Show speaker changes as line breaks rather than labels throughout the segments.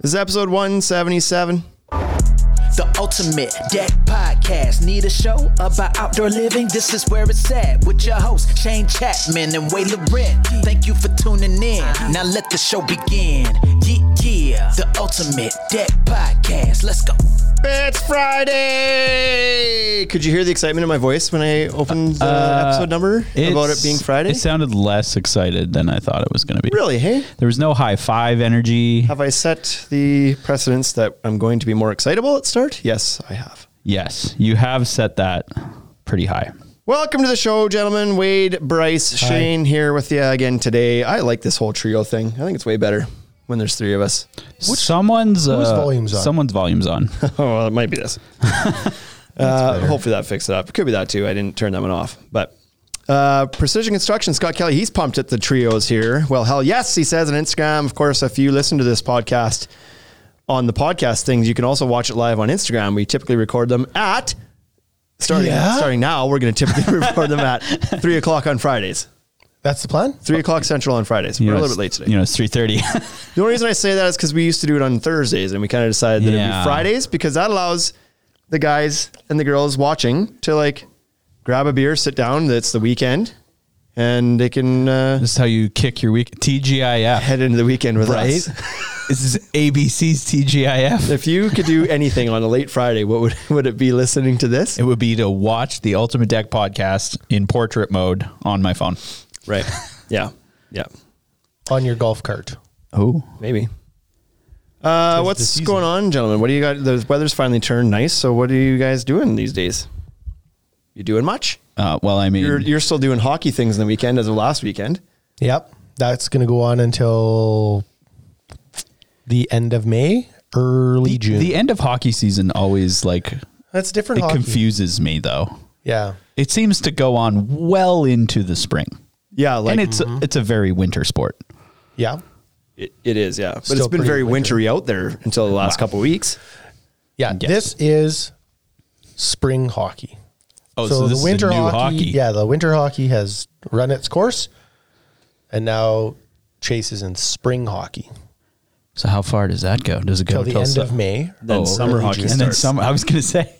This is episode 177.
The ultimate deck podcast. Need a show about outdoor living? This is where it's at with your hosts, Shane Chapman and Way Loren. Thank you for tuning in. Now let the show begin. Yeah, yeah. The ultimate deck podcast. Let's go.
It's Friday! Could you hear the excitement in my voice when I opened the episode number about it
Uh, It's-
being Friday?
It sounded less excited than I thought it was going to be.
really, hey?
There was no high five energy.
Have I set the precedence that I'm going to be more excitable at start? Yes, I have.
Yes, you have set that pretty high.
Welcome to the show, gentlemen. Wade, Bryce, Shane here with you again today. I like this whole trio thing. I think it's way better when there's three of us.
someone's uh,
volume's on?
Someone's volume's on.
Oh, well, it might be this. uh, hopefully that fixed it up. It could be that too. I didn't turn that one off. But uh, Precision Construction, Scott Kelly, he's pumped at the trios here. Well, hell yes, he says on Instagram. Of course, if you listen to this podcast on the podcast things, you can also watch it live on Instagram. We typically record them at starting starting now. We're going to typically record them at three o'clock on Fridays.
That's the plan.
Three o'clock central on Fridays.
You
We're
know,
a
it's-
little bit late today.
You know, it's three thirty.
The only reason I say that is because we used to do it on Thursdays, and we kind of decided that it'd be
Yeah.
Fridays because that allows the guys and the girls watching to like grab a beer, sit down. It's the weekend, and they can uh,
this is how you kick your week. TGIF,
head into the weekend with
right?
us.
this is ABC's TGIF.
If you could do anything on a late Friday, what would would it be? Listening to this,
It would be to watch the Ultimate Deck podcast in portrait mode on my phone.
right? Yeah, yeah,
On your golf cart.
Oh,
maybe. Uh,
the
what's
season.
going on, gentlemen? What do you got? The weather's finally turned nice. So, what are you guys doing these days? You doing much?
uh, well, I mean,
You're, you're still doing hockey things in the weekend as of last weekend.
Yep. That's going to go on until the end of May, early
the,
June.
the end of hockey season always like
That's different.
it
hockey.
confuses me though.
Yeah.
It seems to go on well into the spring,
Yeah, like
and it's it's a very winter sport.
Yeah.
it, it is. Yeah, but it's
Still
been
pretty
very wintry out there until the last couple weeks.
Yeah.
Yes.
This is spring hockey.
Oh, so this is a new hockey.
Yeah. The winter hockey has run its course and now Chase is in spring hockey
So how far does that go? Does it go
till the end of May.
Then summer
early
hockey
June. and then
starts.
summer? I was gonna say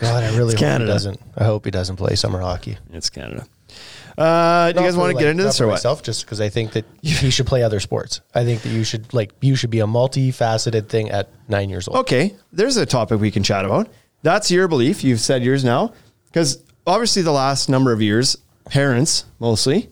God, I really hope he
Canada.
doesn't. I hope he doesn't play summer hockey.
It's Canada. Uh, do you guys
Not
want to
for,
get
like,
into
not
this
for
or what?
Myself, just because I think that he should play other sports. I think that you should like you should be a multifaceted thing at nine years old.
Okay, there's a topic we can chat about. That's your belief. You've said yours now, because obviously the last number of years, parents mostly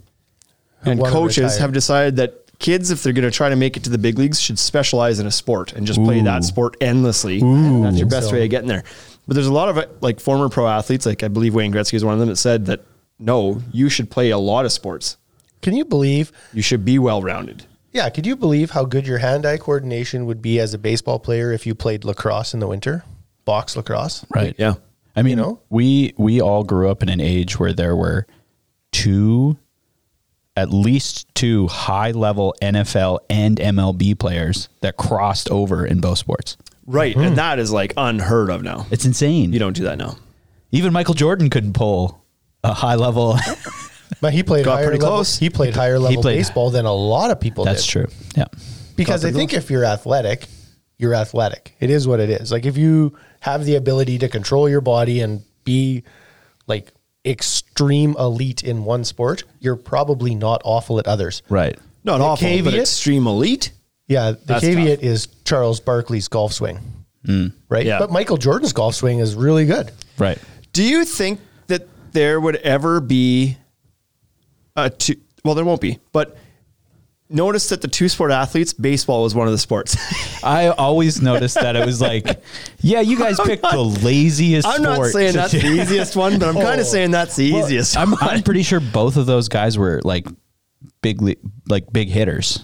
and
wanna
coaches
retire.
have decided that kids, if they're going to try to make it to the big leagues, should specialize in a sport and just play that sport endlessly. That's your best
so.
way of getting there. But there's a lot of uh, like former pro athletes, like I believe Wayne Gretzky is one of them, that said that no, you should play a lot of sports.
Can you believe?
You should be well rounded.
Yeah, could you believe how good your hand-eye coordination would be as a baseball player if you played lacrosse in the winter, box lacrosse?
right.
Yeah.
I mean,
know?
we we all grew up in an age where there were two, at least two high level NFL and MLB players that crossed over in both sports.
Right.
Hmm.
And that is like unheard of now.
It's insane.
You don't do that now.
Even Michael Jordan couldn't pull a high level.
But he played
Got
higher
pretty
level,
close.
He played higher level
played-
baseball than a lot of people.
That's
did.
true. Yeah.
Because I think if you're athletic, you're athletic. It is what it is. Like if you have the ability to control your body and be like extreme elite in one sport, you're probably not awful at others.
Right.
Not awful, but
caveat-
extreme elite.
Yeah, the
That's
caveat is Charles Barkley's golf swing.
Hmm.
Right?
Yeah.
But Michael Jordan's golf swing is really good.
Right.
Do you think that there would ever be a two? Well, there won't be, but notice that the two sport athletes, baseball was one of the sports.
I always noticed that it was like, yeah, you guys picked the laziest.
I'm not
sport
saying
to
that's
do.
the easiest one, but I'm kind of saying that's the
Well,
easiest.
I'm, I'm pretty sure both of those guys were like big, le- like big hitters,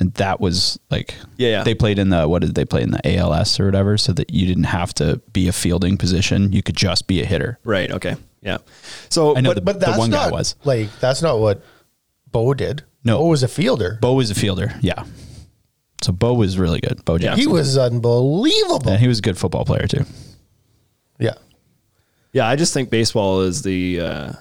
and that was like,
Yeah, yeah.
They played in the what did they play in the ALS or whatever, so that you didn't have to be a fielding position. You could just be a hitter.
right. Okay. Yeah. So,
I know
but
the-
But that's
one guy
not
was.
like that's not what Bo did.
No.
Bo was a fielder.
Bo was a fielder, yeah. So Bo was really good. Bo Jackson.
he was unbelievable.
and he was a good football player too.
yeah.
yeah, I just think baseball is the uh,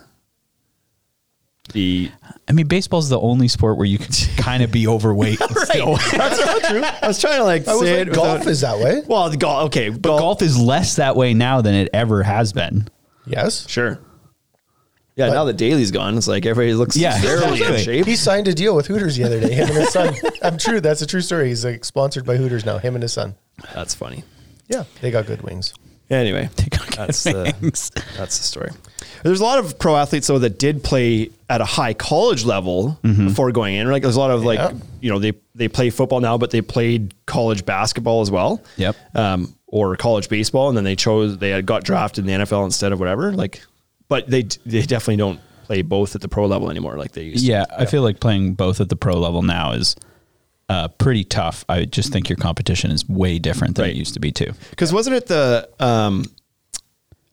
the
I mean, baseball's the only sport where you can kind of be overweight. and still-
that's not true. I was trying to like
I was
say
like,
it
golf
without-
is that way.
well the golf okay but
Golf is less that way now than it ever has been.
Yes.
sure yeah now that Daly's gone it's like everybody looks
Yeah,
fairly in
exactly.
shape
He signed a deal with Hooters the other day. Him and his son. I'm true. That's a true story. He's like sponsored by Hooters now. Him and his son.
that's funny
Yeah, they got good wings.
anyway that's the that's the story there's a lot of pro athletes though that did play at a high college level before going in like there's a lot of like
Yeah.
you know they they play football now but they played college basketball as well
Yep.
um, or college baseball and then they chose they had got drafted in the NFL instead of whatever like but they they definitely don't play both at the pro level anymore like they used to.
Yeah, I feel like playing both at the pro level now is uh, pretty tough. I just think your competition is way different than
Right.
it used to be too.
Because wasn't it the um,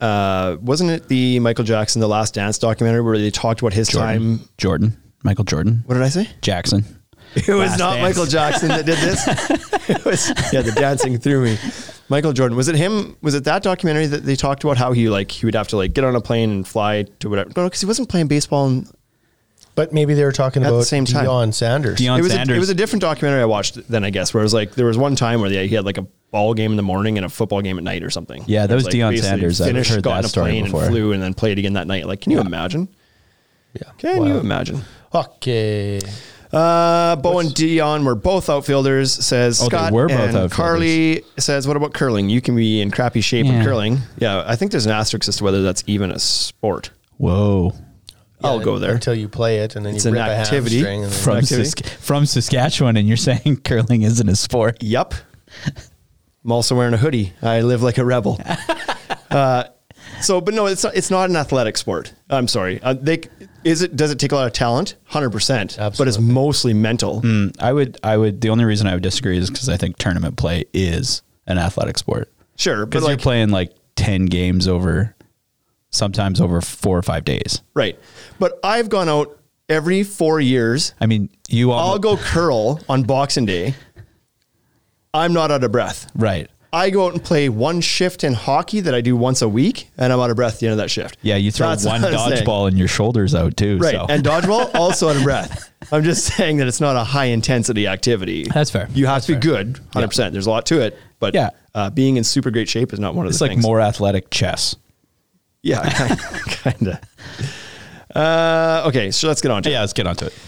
uh, wasn't it the Michael Jackson the Last Dance documentary where they talked about his time?
Jordan, Michael Jordan,
What did I say?
Jackson.
It was
Last
not
Dance.
Michael Jackson that did this. it was yeah, the dancing through me. Michael Jordan was it him? Was it that documentary that they talked about how he like he would have to like get on a plane and fly to whatever? No, because he wasn't playing baseball. And
But maybe they were talking
At the
about
same time.
Deion Sanders.
Deion-
it was a,
Sanders.
it was a different documentary I watched then I guess where it was like there was one time where they, he had like a ball game in the morning and a football game at night or something.
Yeah, that
It
was Deion
basically
Sanders. I've
Finished,
heard
got
that
in a
story
plane
before.
and flew and then played again that night. Like, can you imagine?
Yeah.
Can
Wow.
you imagine?
Okay.
Uh, Bo and Dion were both outfielders, says
Oh, they
Scott.
were both
and
outfielders.
Carly says, What about curling? You can be in crappy shape in
Yeah.
curling. Yeah, I think there's an asterisk as to whether that's even a sport.
Whoa,
I'll go there.
until you play it, and then
It's
you
an
rip
activity
a hamstring. And then-
from
activity.
Sask- from Saskatchewan, and you're saying curling isn't a sport.
Yep. I'm also wearing a hoodie. I live like a rebel. uh, so, but no, it's not, it's not an athletic sport. I'm sorry. Uh, they is it does it take a lot of talent? Hundred percent. But it's
Absolutely.
mostly mental.
Mm, I would, I would. The only reason I would disagree is because I think tournament play is an athletic sport
Sure, but
because
like
you're playing like ten games over, sometimes over four or five days.
right. But I've gone out every four years
I mean, you all
I'll go curl on Boxing Day. I'm not out of breath.
right.
I go out and play one shift in hockey that I do once a week, and I'm out of breath at the end of that shift.
Yeah, you throw
That's
one
what I'm saying.
dodgeball and your shoulders out too.
Right.
So.
And dodgeball, also out of breath. I'm just saying that it's not a high intensity activity.
That's fair.
You have to be good, 100%. There's a lot to it, but
Yeah.
uh, being in super great shape is not one of
It's
the
like
things.
more athletic chess.
Yeah, kind of. Uh, okay, so let's get on to
Yeah,
it.
let's get onto it.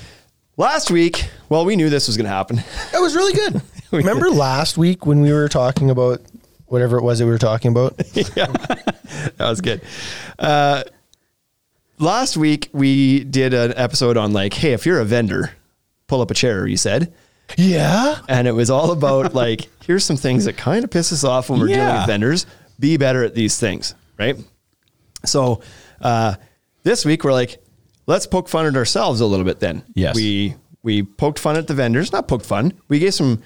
Last week, well, we knew this was going to happen.
That was really good. Remember last week when we were talking about whatever it was that we were talking about?
that was good. Uh, last week we did an episode on like, hey, if you're a vendor, pull up a chair. You said,
yeah.
and it was all about like, here's some things that kind of piss us off when we're dealing
Yeah.
with vendors. Be better at these things, right? So uh, this week we're like, let's poke fun at ourselves a little bit. Then
Yes.
we we poked fun at the vendors, not poked fun. We gave some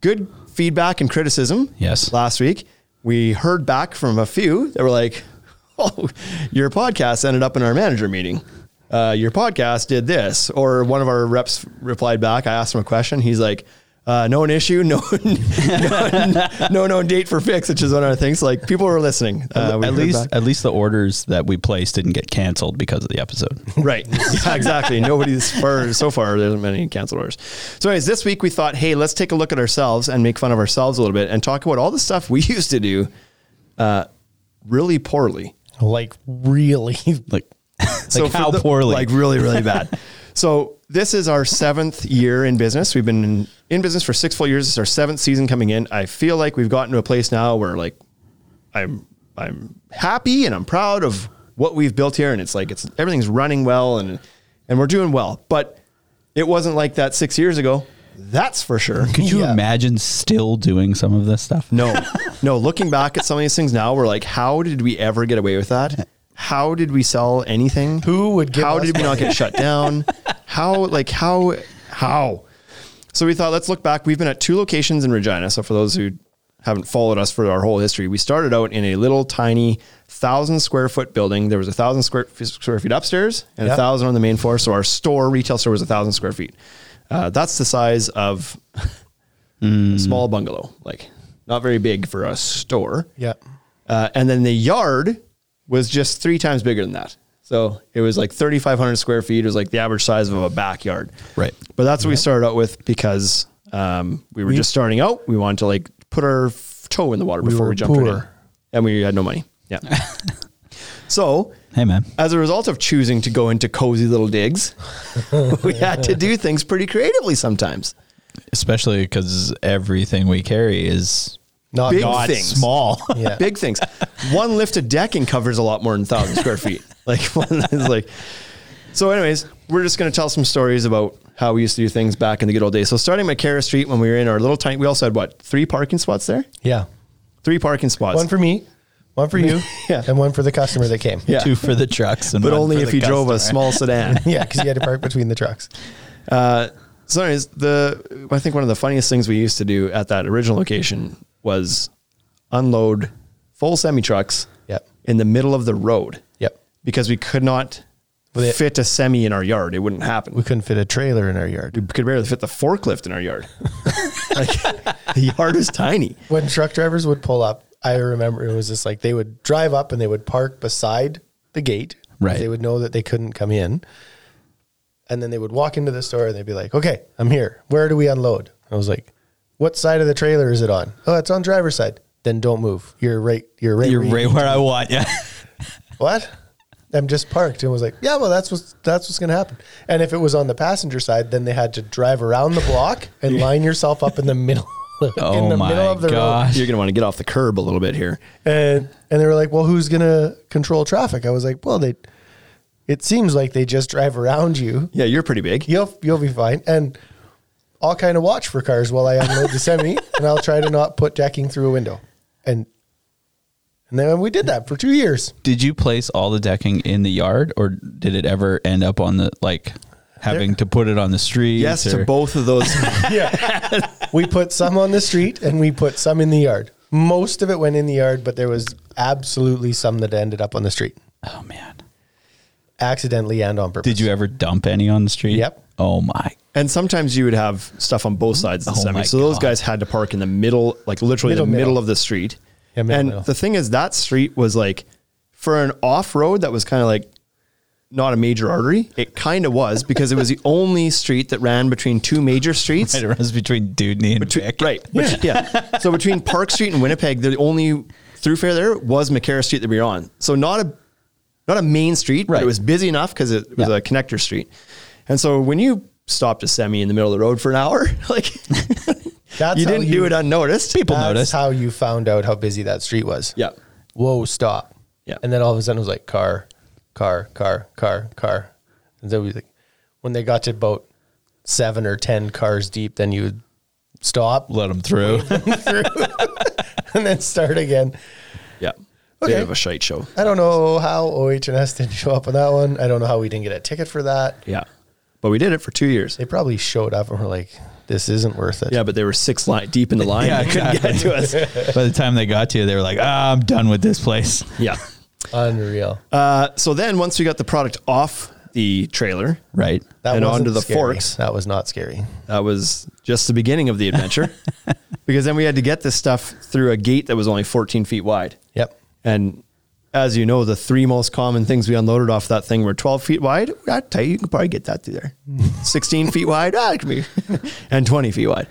good feedback and criticism.
Yes.
last week we heard back from a few that were like, "Oh, your podcast ended up in our manager meeting. Uh, your podcast did this." Or one of our reps replied back. I asked him a question. He's like. Uh, known issue, no, no, no known date for fix, which is one of our things. Like people were listening. Uh, we
at
heard
least,
back.
at least the orders that we placed didn't get canceled because of the episode.
Right. Yeah, exactly. Nobody's far so far. There isn't many cancel orders. So, anyways, this week we thought, hey, let's take a look at ourselves and make fun of ourselves a little bit and talk about all the stuff we used to do, uh, really poorly.
Like really.
Like, like
So for
how
the-
poorly?
Like really, really bad. so this is our seventh year in business. We've been in, in business for six full years. It's our seventh season coming in. I feel like we've gotten to a place now where like I'm I'm happy and I'm proud of what we've built here, and it's like it's everything's running well and and we're doing well. But it wasn't like that six years ago. That's for sure.
could you
Yeah.
imagine still doing some of this stuff?
No, no. Looking back at some of these things now, we're like, how did we ever get away with that? How did we sell anything?
Who would give
How
us
did we not get shut down? How like how how? So we thought, let's look back. We've been at two locations in Regina. So for those who haven't followed us for our whole history, we started out in a little tiny thousand square foot building. There was a thousand square square feet upstairs and a
Yep.
thousand on the main floor. So our store, retail store, was a thousand square feet. Uh, that's the size of a small bungalow, like not very big for a store.
Yeah.
Uh, and then the yard was just three times bigger than that. So it was like 3,500 square feet. It was like the average size of a backyard.
Right.
But that's what we started out with because um, we were just starting out. We wanted to like put our f- toe in the water before
were
we jumped right in.
poor.
And we had no money. Yeah. so
Hey, man.
as a result of choosing to go into cozy little digs, we had to do things pretty creatively sometimes.
Especially because everything we carry is
Not
Big
not-
things.
small.
Yeah.
Big things. One lifted decking covers a lot more than thousand square feet. Like one is like. So, anyways, we're just going to tell some stories about how we used to do things back in the good old days. So, starting at Kara Street when we were in our little tiny, we also had what three parking spots there?
Yeah.
Three parking spots.
One for me, one for you,
Yeah.
and one for the customer that came.
Yeah.
Two for the trucks, and
but
one
only
for
if
the
you drove a
customer.
small sedan.
Yeah, because you had to park between the trucks.
So, anyways, the I think one of the funniest things we used to do at that original location was unload full semi trucks
Yep.
in the middle of the road.
Yep.
Because we could not
With it-
fit a semi in our yard. It wouldn't happen.
We couldn't fit a trailer in our yard.
We could barely fit the forklift in our yard. like the yard was tiny.
When truck drivers would pull up, I remember it was just like they would drive up and they would park beside the gate. 'cause
Right.
They would know that they couldn't come in. And then they would walk into the store and they'd be like, okay, I'm here. Where do we unload? I was like, what side of the trailer is it on? Oh, it's on driver's side. Then don't move. You're right. You're right.
You're
where you
right where I want you.
what? I'm just parked. And was like, yeah, well, that's what's that's what's gonna happen. And if it was on the passenger side, then they had to drive around the block and line yourself up in the middle, in
Oh
the
my
middle of the road.
gosh.
You're gonna want to get off the curb a little bit here.
And and they were like, well, who's gonna control traffic? I was like, well, they. It seems like they just drive around you.
Yeah, you're pretty big.
You'll you'll be fine. And I'll kind of watch for cars while I unload the semi, and I'll try to not put decking through a window. And and then we did that for two years.
Did you place all the decking in the yard, or did it ever end up on the like having to put it on the street?
Yes to both of those.
Yeah. we put some on the street and we put some in the yard. Most of it went in the yard, but there was absolutely some that ended up on the street,
Oh man.
accidentally and on purpose.
Did you ever dump any on the street?
Yep.
Oh my.
and sometimes you would have stuff on both sides of the
Oh
semi.
my
So those
God.
guys had to park in the middle, like literally
Middle,
the middle,
middle.
of the street.
Yeah, middle,
and
middle.
the thing is, that street was like for an off road that was kind of like not a major artery. It kind of was because it was the only street that ran between two major streets.
It runs between Dudney and
Between-
Vic.
right. Yeah. yeah. So between Park Street and Winnipeg, the only throughfare there was McCarra Street that we were on. So not a not a main street, but
Right.
it was busy enough because it was
Yeah.
a connector street. And so when you stopped a semi in the middle of the road for an hour, like
That's
you
how
didn't do it unnoticed.
People
That's
noticed.
how you found out how busy that street was.
Yeah.
Whoa, stop.
Yeah.
And then all of a sudden it was like car, car, car, car, car. And so we like, when they got to about seven or ten cars deep, then you would stop,
Let them through.
through, and then start again.
Yeah.
Okay.
Bit of a shite show.
I don't know how OH&S didn't show up on that one. I don't know how we didn't get a ticket for that.
Yeah. But we did it for two years.
They probably showed up and were like, "This isn't worth it."
Yeah, but they were six line deep in the line.
Yeah,
They couldn't get to us.
By the time they got to you, they were like, ah, I'm done with this place.
Yeah.
unreal.
Uh, so then once we got the product off the trailer,
Right.
and
wasn't
onto the
scary.
forks.
That was not scary.
That was just the beginning of the adventure because then we had to get this stuff through a gate that was only 14 feet wide.
Yep.
And as you know, the three most common things we unloaded off that thing were 12 feet wide. I tell you, you can probably get that through there. 16 feet wide, ah, it can be, and 20 feet wide.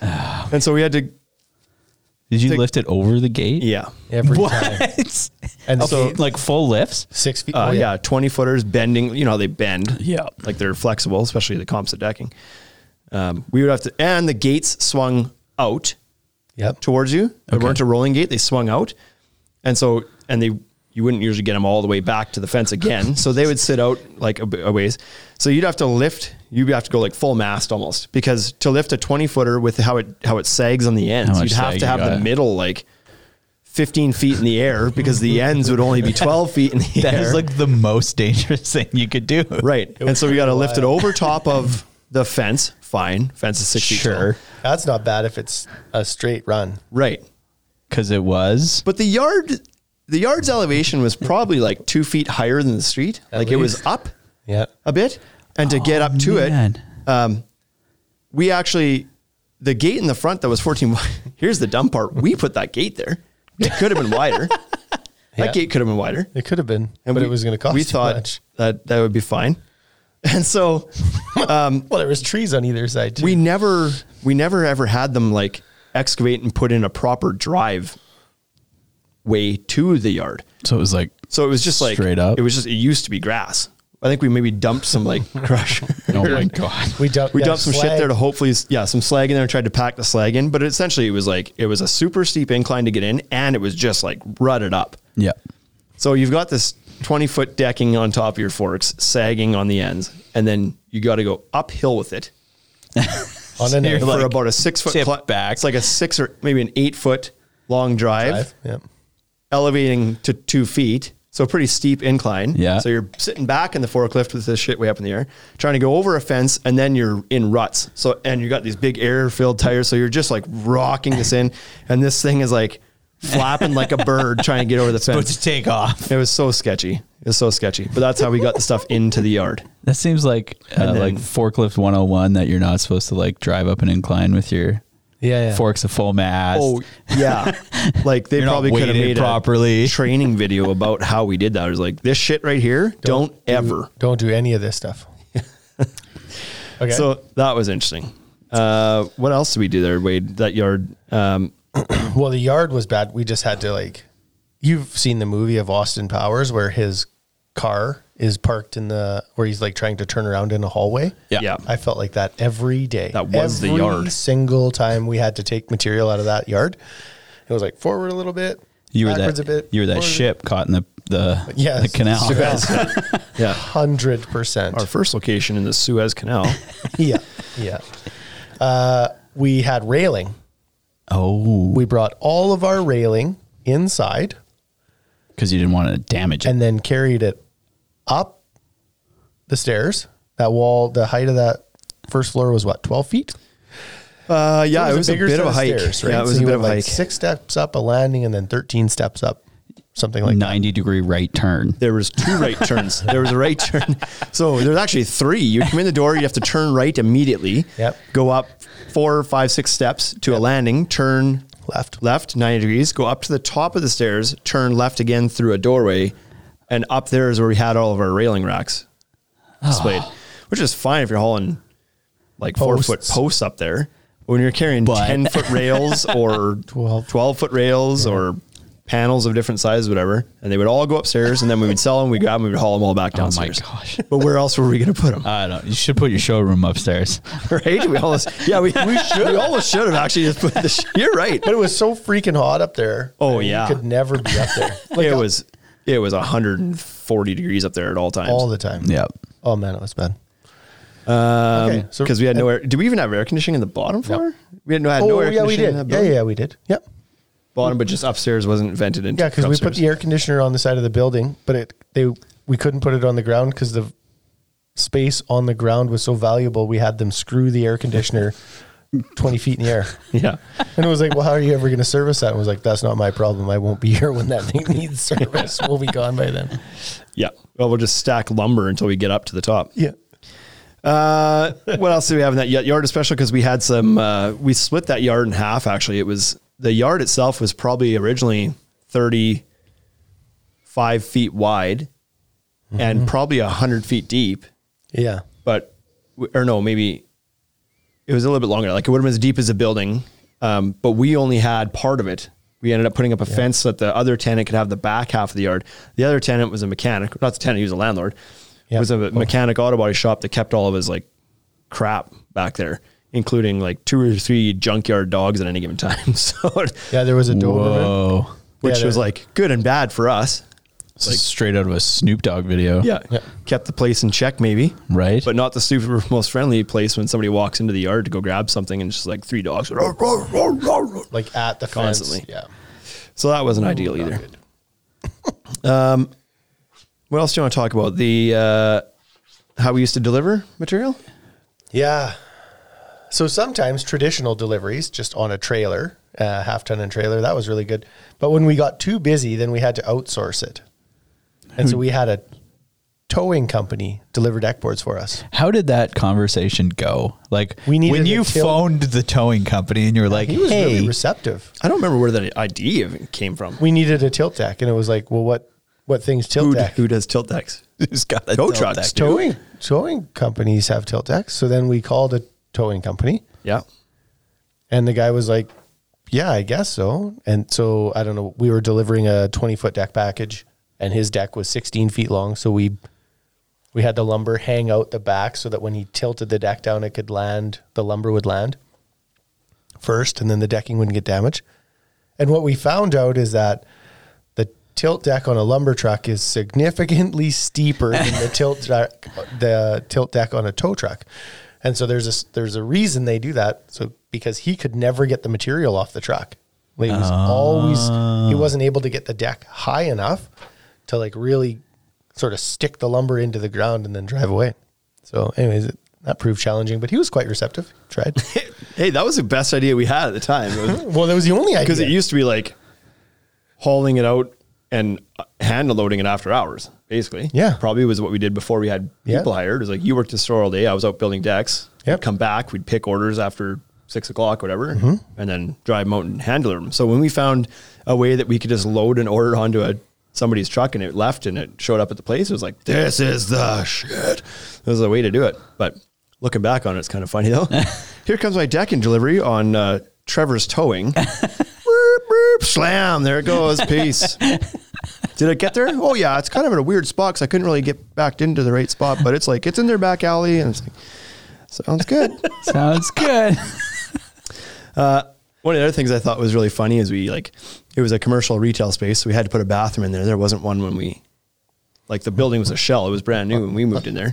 and so we had to,
Did you
They-
lift it over the gate?
yeah.
Every time.
What?
And
so,
so
like full lifts?
six feet.
Uh,
oh,
yeah, 20 footers bending, you know, how they bend.
Yeah.
Like they're flexible, especially the composite decking. Um, we would have to, and the gates swung out
Yep.
towards you. They
Okay.
weren't a rolling gate; they swung out, and so and they you wouldn't usually get them all the way back to the fence again. so they would sit out like a, b- a ways. So you'd have to lift. You'd have to go like full mast almost because to lift a twenty footer with how it how it sags on the ends,
How
you'd
much
have
sag
to
you
have the
got.
middle like. 15 feet in the air because the ends would only be 12 feet in the
That
air.
is like the most dangerous thing you could do.
right. And so we got to lift it over top of the fence. Fine. Fence is six feet tall.
Sure.
That's not bad if it's a straight run.
Right.
Because it was.
But the yard, the yard's elevation was probably like two feet higher than the street. like it was
least. Oh,
up
Yeah.
a bit, and to get up to
Oh,
it, we actually the gate in the front that was 14 wide. Here's the dumb part: we put that gate there. It could have been wider.
Yeah.
That gate could have been wider.
It could have been, but
we-
it was going to cost.
We
too
thought
much.
that that would be fine, and so
Well, there was trees on either side. Too.
we never we never ever had them like excavate and put in a proper drive way to the yard.
So it was like
So it was just like
Straight up?
It was just it used to be grass. I think we maybe dumped some like crush.
Oh my god.
we dumped
We
yeah,
dumped some shit
slag.
there to hopefully, yeah, some slag in there and tried to pack the slag in. But essentially, it was like, it was a super steep incline to get in and it was just like rutted up.
Yeah.
So you've got this 20 foot decking on top of your forks, sagging on the ends, and then you got to go uphill with it
on an air
for about a six foot
tip
cli-
back.
It's like a six or maybe an eight foot long drive,
drive. Yeah.
elevating to two feet. So pretty steep incline.
Yeah.
So you're sitting back in the forklift with this shit way up in the air, trying to go over a fence, and then you're in ruts. So and you got these big air filled tires, so you're just like rocking this in, and this thing is like flapping like a bird trying to get over the fence.
take off.
It was so sketchy. It was so sketchy. But that's how we got the stuff into the yard.
That seems like uh,
And then-
like forklift 101 that you're not supposed to like drive up an incline with your
Yeah, yeah.
forks of full mast.
Oh,
yeah. Like they
Oh, You're not
probably could have made
weighted properly.
a training video about how we did that. It was like this shit right here. Don't, ever.
Don't do any of this stuff. okay. So
So that was interesting. Uh, what else did we do there, Wade? That yard. Um,
well, the yard was bad. We just had to like. You've seen the movie of Austin Powers where his car is parked in the where he's like trying to turn around in a hallway.
Yeah.
yeah.
I felt like that every day.
That was the
Every
yard.
Single time we had to take material out of that yard, it was like forward a little bit,
You were
backwards
that
a bit.
you were that ship caught in the the,
Yes.
the canal.
yeah.
Hundred percent.
Our first location in the Suez Canal.
Yeah, yeah. Uh, we had railing.
Oh,
We brought all of our railing inside
because you didn't want to damage it.
and then carried it up the stairs. That wall, the height of that first floor was what, 12 feet?
Uh, yeah, it was, a,
bigger
bit
set
of a hike.
stairs, right?
Yeah, it was
So
a
you
bit
went
of a
like
hike.
Six steps up a landing and then 13 steps up, something like that.
90 degree right turn.
there was two right turns. There was a right turn. So there's actually three. You come in the door, you have to turn right immediately.
Yep.
Go up four, five, six steps to a landing. Turn
Left.
left 90 degrees. Go up to the top of the stairs. Turn left again through a doorway, and up there is where we had all of our railing racks
Ah.
displayed, which is fine if you're hauling like four foot
Posts.
posts up there. When you're carrying
But-
10 foot rails or 12,
12.
foot rails or panels of different sizes, whatever, and they would all go upstairs and then we would sell them, we grab them, we would haul them all
Oh
back
my
downstairs.
gosh.
But where else were we going to put them?
I don't. You should put your showroom upstairs.
right? We almost, yeah, we, we should. We almost should have actually just put this. You're right.
But it was so freaking hot up there.
Oh,
I mean,
yeah.
You could never be up there
it was, it was 140 degrees up there at all times.
all the time.
yep.
Oh, man, it was bad. okay. So
because Um, we had no air. Did we even have air conditioning in the bottom floor? We had no, had
Oh
no air
yeah, we
conditioning. in
did.
that
Yeah,
building.
yeah, we did. Yep.
Bottom, but just upstairs wasn't vented into.
Yeah, because we put
upstairs.
the air conditioner on the side of the building, but it they we couldn't put it on the ground because the space on the ground was so valuable. We had them screw the air conditioner twenty feet in the air,
Yeah.
and it was like, "Well, how are you ever going to service that?" And I was like, "That's not my problem. I won't be here when that thing needs service. We'll be gone by then."
Yeah. Well, we'll just stack lumber until we get up to the top.
Yeah,
Uh, what else do we have in that y- yard? Especially because we had some, uh, we split that yard in half. Actually, it was the yard itself was probably originally 35 feet wide and probably 100 feet deep,
yeah,
but, w- or no, maybe it was a little bit longer. Like it would have been as deep as a building. Um, but we only had part of it. We ended up putting up a fence so that the other tenant could have the back half of the yard. The other tenant was a mechanic, not the tenant, he was a landlord. It
Yeah. Oh.
was a mechanic auto body shop that kept all of his like crap back there, including like two or three junkyard dogs at any given time. So,
yeah. There was a Doberman.
Whoa.
which
there-
was like good and bad for us.
This is straight out of a Snoop Dogg video.
Yeah.
Yeah.
Kept the place in check, maybe.
Right.
But not the super most friendly place when somebody walks into the yard to go grab something and just like three dogs. So
Like at the
Constantly.
fence. Yeah,
that wasn't ideal either. um, what else do you want to talk about? The uh, how we used to deliver material?
yeah. So sometimes traditional deliveries just on a trailer, uh, half ton and trailer. That was really good. But when we got too busy, then we had to outsource it. And so we had a towing company deliver deck boards for us.
How did that conversation go? Like
We needed
when
to
you
kill-
phoned the towing company and you were like,
He was
"Hey,
really receptive.
I don't remember where that idea even came from.
We needed a tilt deck, and it was like, well, what what things tilt
Who,
deck?
who does tilt decks?
who's got a
Tow
tilt
trucks,
deck?"
dude.
towing towing companies have tilt decks. So then we called a towing company,
Yeah.
and the guy was like, "Yeah, I guess so." And so I don't know. We were delivering a twenty foot deck package, and his deck was sixteen feet long. So we we had the lumber hang out the back so that when he tilted the deck down, it could land. The lumber would land first, and then the decking wouldn't get damaged. And what we found out is that the tilt deck on a lumber truck is significantly steeper than the tilt deck, the tilt deck on a tow truck. And so there's a s- there's a reason they do that. So because he could never get the material off the truck, like he was
Ah.
always he wasn't able to get the deck high enough to like really sort of stick the lumber into the ground and then drive away. So, anyways, it, that proved challenging, but he was quite receptive. Tried.
Hey, that was the best idea we had at the time
well, that was the only idea.
because it used to be like hauling it out and hand loading it after hours, basically.
Yeah.
Probably was what we did before we had
Yeah.
people hired. It was like you worked at the store all day. I was out building decks. We'd
Yep.
Come back. We'd pick orders after six o'clock, whatever, and then drive them out and handle them. So when we found a way that we could just load an order onto a somebody's truck and it left and it showed up at the place, it was like, this is the shit. This is the way to do it. But looking back on it, it's kind of funny though. Here comes my decking delivery on uh, Trevor's towing. Boop, boop, slam. There it goes. Peace. Did it get there? Oh yeah, it's kind of in a weird spot because I couldn't really get backed into the right spot, but it's like it's in their back alley, and it's like sounds good.
Sounds good.
one of the other things I thought was really funny is we like it was a commercial retail space, so we had to put a bathroom in there. There wasn't one when we like the building was a shell; it was brand new when we moved in there,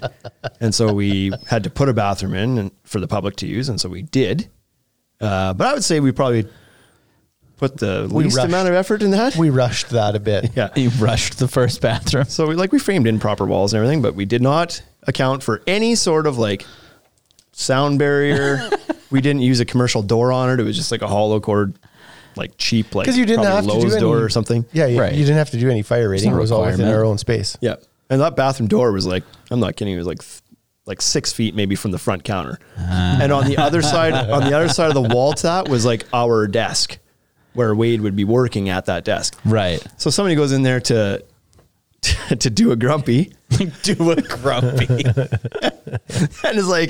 and so we had to put a bathroom in and, for the public to use, and so we did. Uh, but I would say we probably put the least
rushed.
amount of effort in that.
we rushed that a bit.
yeah,
he rushed the first bathroom.
So we like we framed in proper walls and everything, but we did not account for any sort of like sound barrier. we didn't use a commercial door on it. It was just like a hollow cord, like cheap, like
because you didn't
probably
have to
Lowe's
do any,
door or something.
Yeah, you,
Right.
you didn't have to do any fire rating.
no
It was all within
requirement.
our own space.
yeah. And that bathroom door was like I'm not kidding. It was like th- like six feet maybe from the front counter,
Ah.
and on the other side, on the other side of the wall to that was like our desk, where Wade would be working at that desk.
Right.
So somebody goes in there to to do a grumpy.
Do a grumpy.
and it's like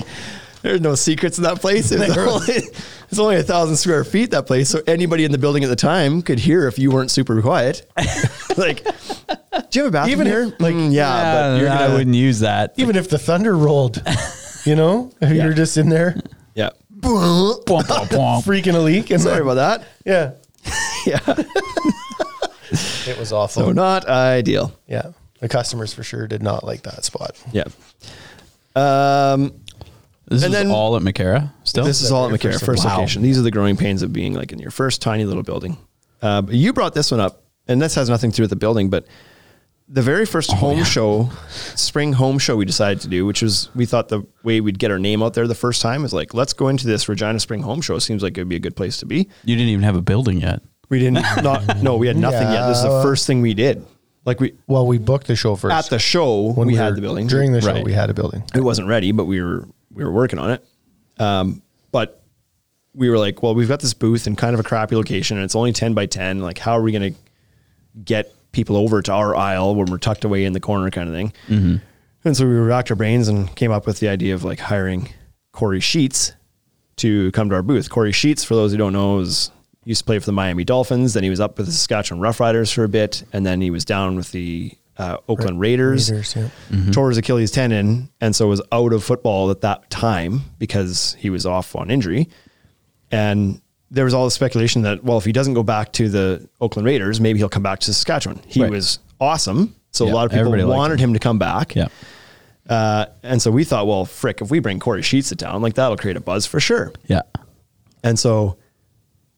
there's no secrets in that place. It's only, it's only a thousand square feet that place, so anybody in the building at the time could hear if you weren't super quiet. like, do you have a bathroom
Even if-
here?
like,
"Mm, yeah,
Ah,
but you're
I
gonna
wouldn't use that.
Even if the thunder rolled, you know, you're just in there
yeah.
Bwomp, bwomp, bwomp.
freaking a leak. And
Sorry about that.
yeah,
Yeah,
it was awful.
so not ideal.
yeah, the customers for sure did not like that spot.
Yeah. Um,
this
And
is
then-
all at McCara still?
This is all at
your
McCarran,
first
first
location.
location. These are the growing pains of being like in your first tiny little building. Uh, but you brought this one up, and this has nothing to do with the building, but the very first
Oh,
home show, spring home show we decided to do, which was we thought the way we'd get our name out there the first time is like, let's go into this Regina Spring home show. Seems like it'd be a good place to be.
You didn't even have a building yet.
We didn't not no, we had nothing yet. This is the
Yeah.
first thing we did. Like we
Well, we booked the show first.
at the show when we, had
were-
the building
during the show,
Right.
we had a building.
it wasn't ready, but we were we were working on it. Um, but we were like, well, we've got this booth in kind of a crappy location, and it's only ten by ten. Like, how are we going to get people over to our aisle when we're tucked away in the corner, kind of thing?
Mm-hmm.
And so we racked our brains and came up with the idea of like hiring Corey Sheets to come to our booth. Corey Sheets, for those who don't know, is he used to play for the Miami Dolphins. Then he was up with the Saskatchewan Roughriders for a bit, and then he was down with the uh, Oakland Raiders.
Raiders, yeah.
Mm-hmm.
Tore his Achilles tendon, and so was out of football at that time because he was off on injury. And there was all the speculation that, well, if he doesn't go back to the Oakland Raiders, maybe he'll come back to Saskatchewan. He
Right.
was awesome. So a
Yeah,
lot of people
everybody liked
wanted him to come back.
Yeah.
Uh, and so we thought, well, frick, if we bring Corey Sheets to town, like that'll create a buzz for sure.
Yeah.
And so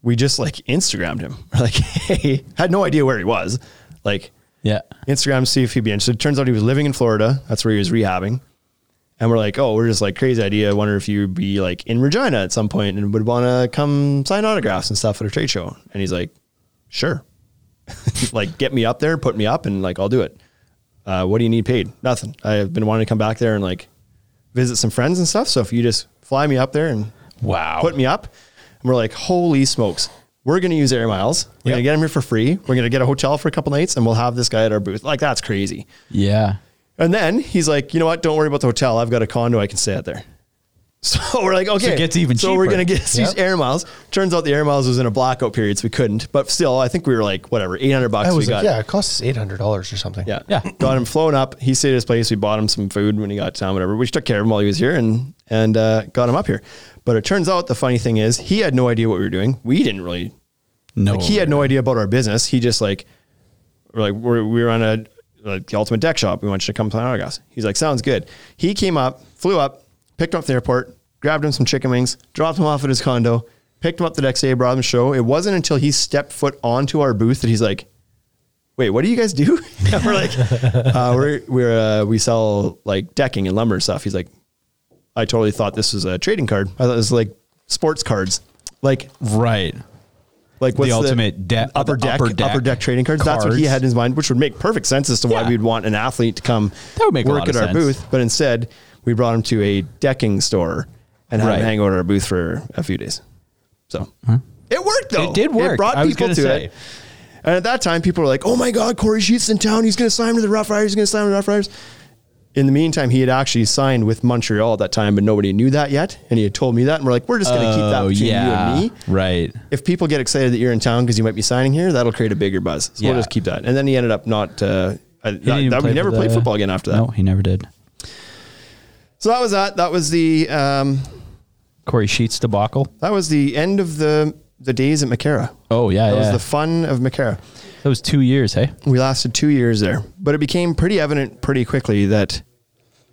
we just like Instagrammed him. We're like, hey, had no idea where he was. Like,
Yeah.
Instagram to see if he'd be interested. Turns out he was living in Florida. That's where he was rehabbing. And we're like, oh, we're just like crazy idea. I wonder if you'd be like in Regina at some point and would want to come sign autographs and stuff at a trade show. And he's like, sure. like, get me up there, put me up, and like, I'll do it. uh, what do you need paid? Nothing. I've been wanting to come back there and like visit some friends and stuff. So if you just fly me up there and
Wow.
put me up, and we're like, holy smokes, we're going to use air miles. We're going to get him here for free. We're going to get a hotel for a couple nights and we'll have this guy at our booth. Like, that's crazy.
Yeah.
And then he's like, you know what? Don't worry about the hotel. I've got a condo I can stay at there. So we're like, okay,
it gets even
So we're
cheaper.
gonna get these
Yep.
air miles. Turns out the air miles was in a blackout period, so we couldn't. But still, I think we were like, whatever, eight hundred bucks.
I was
we
like,
got
yeah, it costs us eight hundred dollars or something.
yeah.
Yeah.
Got him flown up. He stayed at his place. We bought him some food when he got to town, whatever. We took care of him while he was here and and uh, got him up here. But it turns out the funny thing is he had no idea what we were doing. We didn't really
No.
like he had no idea about our business. He just like, we're like we're, we were on a like the ultimate deck shop. We want you to come play our guys. He's like, sounds good. He came up, flew up, picked him up at the airport, grabbed him some chicken wings, dropped him off at his condo, picked him up the next day, brought him to the show. It wasn't until he stepped foot onto our booth that he's like, wait, what do you guys do? And we're like, uh, we're, we're uh, we sell like decking and lumber and stuff. He's like, I totally thought this was a trading card. I thought it was like sports cards. Like
right.
like what's
ultimate de-
upper,
the
deck,
upper
upper
deck
deck trading cards. That's what he
cards.
had in his mind, which would make perfect sense as to why
Yeah.
we'd want an athlete to come
That would make a
work
lot
at
of
our
sense.
booth. But instead, we brought him to a decking store and had
Right.
him hang out at our booth for a few days. So it worked though.
It did work.
It brought
I was
people
gonna
to
say.
it. And at that time, people were like, "Oh my God, Corey Sheets in town. He's going to sign with the Rough Riders. He's going to sign with the Rough Riders." In the meantime, he had actually signed with Montreal at that time, but nobody knew that yet. And he had told me that, and we're like, "We're just going to keep that
Oh,
between
yeah.
you and me."
Right.
if people get excited that you're in town because you might be signing here, that'll create a bigger buzz. So
Yeah.
we'll just keep that. And then he ended up not. Uh, I,
He didn't
that,
even
that,
play
we
for
never
the-
played football again after that.
No, he never did.
So that was that. That was the um,
Corey Sheets debacle.
that was the end of the the days at Macara.
Oh yeah,
that
yeah.
was the fun of Macara.
that was two years. Hey,
We lasted two years there, but it became pretty evident pretty quickly that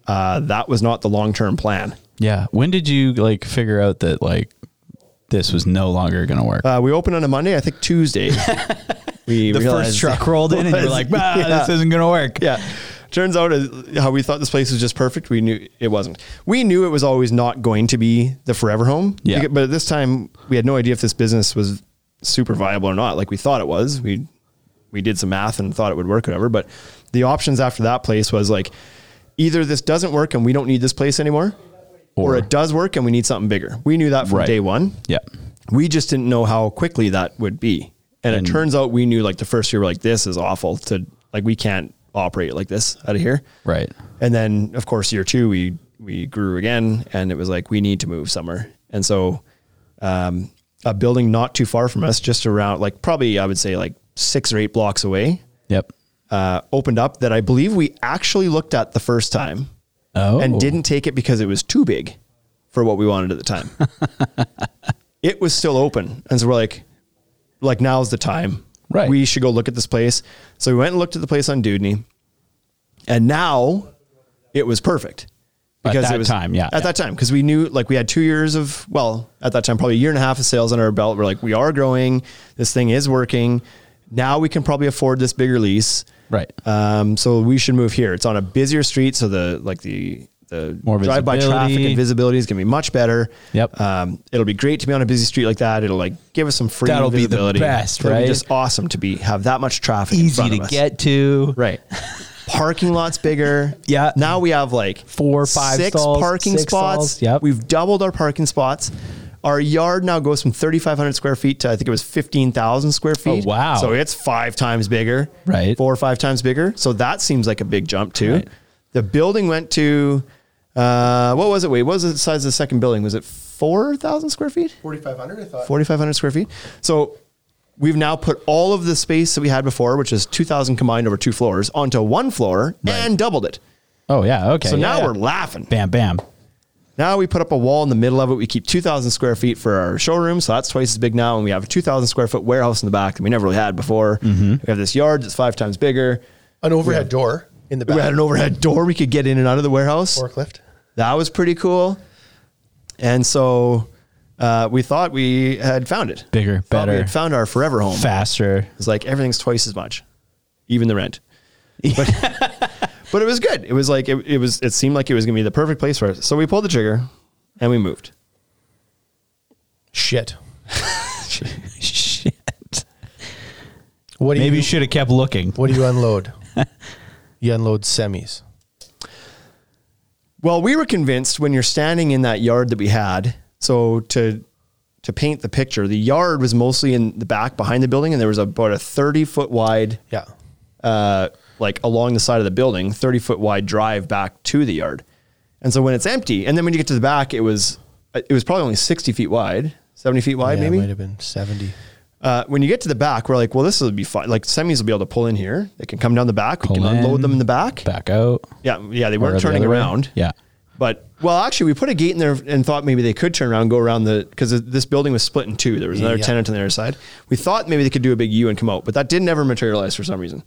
uh, that was not the long term plan.
yeah. When did you like figure out that like this was no longer gonna work?
Uh, we opened on a Monday, I think Tuesday. we
the first
realized-
truck rolled in, and you're like, "Ah,
Yeah.
this isn't gonna work."
yeah. Turns out uh, how we thought this place was just perfect, we knew it wasn't. We knew it was always not going to be the forever home.
Yeah.
Because- But at this time, we had no idea if this business was super viable or not. Like we thought it was. We we did some math and thought it would work, whatever. But the options after that place was like either this doesn't work and we don't need this place anymore, or,
Or-
it does work and we need something bigger. We knew that from
Right.
day one.
Yeah.
We just didn't know how quickly that would be. And,
And-
it turns out we knew like the first year, we're like, this is awful to like, we can't operate like this out of here.
Right.
And then of course, year two, we, we grew again and it was like, we need to move somewhere. And so, um, a building not too far from us, just around like probably, I would say like six or eight blocks away,
Yep.
uh, opened up that I believe we actually looked at the first time
Oh.
and didn't take it because it was too big for what we wanted at the time. it was still open. And so we're like, like now's the time.
Right.
We should go look at this place. So we went and looked at the place on Dudney. And now it was perfect.
At that time, yeah,
At
yeah.
that time, because we knew like we had two years of well, at that time, probably a year and a half of sales under our belt. We're like, we are growing, this thing is working. Now we can probably afford this bigger lease.
Right.
Um, so we should move here. It's on a busier street, so the like the the
More
drive by traffic
visibility.
and visibility is gonna be much better.
Yep.
Um, it'll be great to be on a busy street like that. It'll like give us some free
That'll be the
visibility.
best,
It'll
right?
Be just awesome to be have that much traffic. in
Easy
front
to
of us.
get to.
Right. Parking lots bigger.
Yeah.
Now we have like
Four, five
six
stalls,
parking
six
spots.
stalls, yep.
We've doubled our parking spots. Our yard now goes from 3,500 square feet to I think it was 15,000 square feet.
Oh, wow.
So it's five times bigger.
Right.
Four or five times bigger. So that seems like a big jump too.
Right.
The building went to, uh, what was it? Wait, what was the size of the second building? Was it 4,000 square feet?
forty five hundred. I thought.
4,500 square feet. So we've now put all of the space that we had before, which is 2,000 combined over two floors, onto one floor and doubled it.
Oh yeah. Okay.
So
yeah,
now
yeah.
we're laughing.
bam bam.
Now we put up a wall in the middle of it. We keep 2,000 square feet for our showroom. So that's twice as big now. And we have a 2,000 square foot warehouse in the back that we never really had before.
Mm-hmm.
We have this yard that's five times bigger.
An overhead door in the back.
We had an overhead door we could get in and out of the warehouse.
forklift.
That was pretty cool. And so uh, we thought we had found it.
Bigger,
Thought we
better.
had found our forever home.
Faster.
It's like everything's twice as much, even the rent. But, but it was good. It was like it, it was. It seemed like it was going to be the perfect place for us. So we pulled the trigger, and we moved.
Shit.
Shit.
What do
Maybe
you,
you should have kept looking.
What do you unload? You unload semis.
Well, we were convinced when you're standing in that yard that we had. So to to paint the picture, the yard was mostly in the back behind the building, and there was about a 30 foot wide,
Yeah.
uh, like along the side of the building, 30 foot wide drive back to the yard. And so when it's empty, and then when you get to the back, it was it was probably only 60 feet wide, 70 feet wide,
yeah,
maybe
It might have been 70.
uh, when you get to the back, we're like, well, this will be fun. Like semis will be able to pull in here. They can come down the back. we
Pull
can unload
in,
them in the back.
Back out.
Yeah, yeah, they
Or
weren't
the
turning
other way.
around.
Yeah.
But well, actually, we put a gate in there and thought maybe they could turn around, and go around the because this building was split in two. There was another
Yeah.
tenant on the other side. We thought maybe they could do a big U and come out, but that didn't ever materialize for some reason.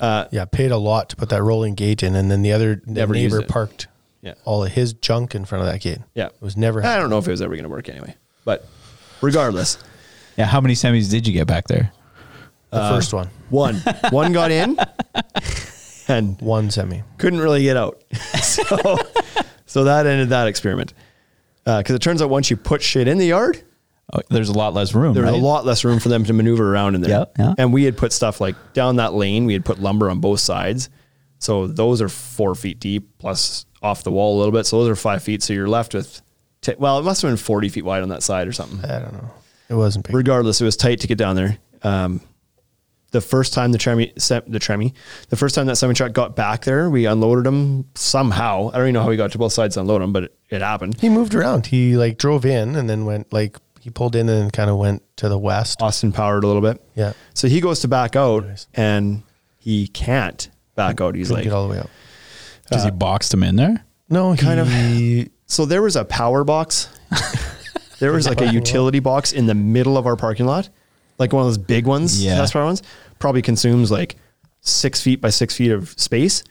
Yeah, paid a lot to put that rolling gate in, and then the other the
Never used
neighbor
it.
parked
Yeah.
all of his junk in front of that gate.
Yeah,
it was never.
I
happening.
don't know if it was ever going to work anyway. But regardless,
Yeah. How many semis did you get back there?
the first one,
one one got in and
one semi.
couldn't really get out. so, so that ended that experiment. Because it turns out once you put shit in the yard,
Oh, there's a lot less room.
there's
right?
a lot less room for them to maneuver around in there.
Yeah, yeah.
And we had put stuff like down that lane, we had put lumber on both sides. So those are four feet deep plus off the wall a little bit. So those are five feet. So you're left with, t- well, it must have been 40 feet wide on that side or something
I don't know. It wasn't big.
regardless, it was tight to get down there. Um, the first time the tremi, se- the tremi, the first time that semi truck got back there, we unloaded them somehow. I don't even know how we got to both sides to unload them, but it, it happened.
He moved around. He like drove in and then went like he pulled in and kind of went to the west.
Austin powered a little bit.
Yeah.
So he goes to back out and he can't back out. He's
Couldn't
like,
get all the way out.
Because
Uh,
he boxed them in there.
No, he,
kind of. So there was a power box. there was like a utility box in the middle of our parking lot, like one of those big ones.
Yeah.
That's power ones. Probably consumes like six feet by six feet of space,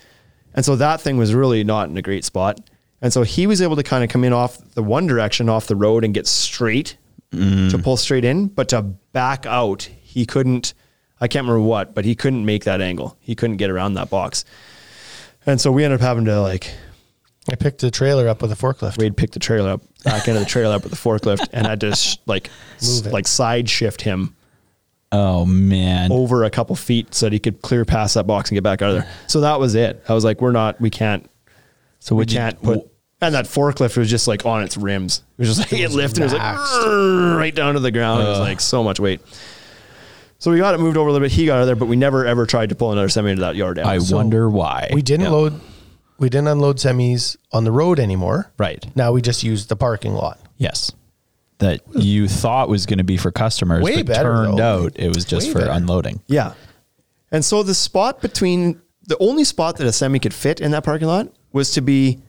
and so that thing was really not in a great spot. And so he was able to kind of come in off the one direction off the road and get straight to pull straight in, but to back out, he couldn't. I can't remember what, but he couldn't make that angle. He couldn't get around that box. And so we ended up having to like
I picked the trailer up with a forklift.
Wade picked the trailer up, back into the trailer up with the forklift, and I just like s-
Move it.
like side shift him
Oh man.
over a couple feet so that he could clear past that box and get back out of there. So that was it. I was like, we're not, we can't,
so
we
would
can't put. And that forklift was just like on its rims. It was just like it, lifted. It was like "Grrr," right down to the ground. It was like so much weight. So we got it moved over a little bit. He got out of there, but we never ever tried to pull another semi into that yard.
I
ever. So-
wonder why.
We didn't load. We didn't unload semis on the road anymore.
Right.
Now we just used the parking lot.
Yes. That you thought was going to be for customers,
Way
but
better,
turned
though.
out it was just
Way
for
better.
unloading.
Yeah. And so the spot between the only spot that a semi could fit in that parking lot was to be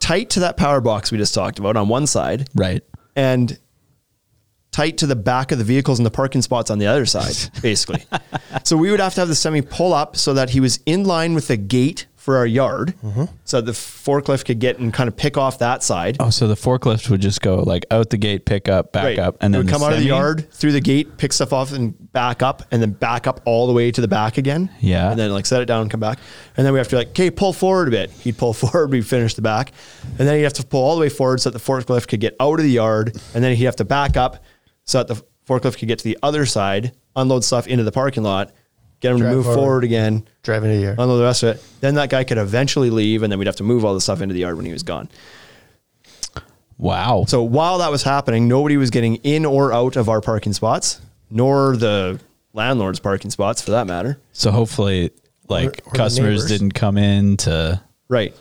tight to that power box we just talked about on one side
Right.
and tight to the back of the vehicles and the parking spots on the other side, basically. so we would have to have the semi pull up so that he was in line with the gate for our yard so that the forklift could get and kind of pick off that side.
Oh, so the forklift would just go like out the gate, pick up, back
Right.
up, and
it would
then the
come out of the
semi-
yard through the gate, pick stuff off, and back up, and then back up all the way to the back again.
Yeah.
and then like set it down, and come back, and then we have to like, okay, pull forward a bit. He'd pull forward, we would finish the back, and then he'd have to pull all the way forward so that the forklift could get out of the yard, and then he'd have to back up so that the forklift could get to the other side, unload stuff into the parking lot, get him
Drive
to move
forward.
forward. again,
Driving to the yard.
unload the rest of it. Then that guy could eventually leave, and then we'd have to move all the stuff into the yard when he was gone.
Wow.
So while that was happening, nobody was getting in or out of our parking spots, nor the landlord's parking spots for that matter.
So hopefully, like
Or- or the
customers
neighbors.
didn't come in to
Right.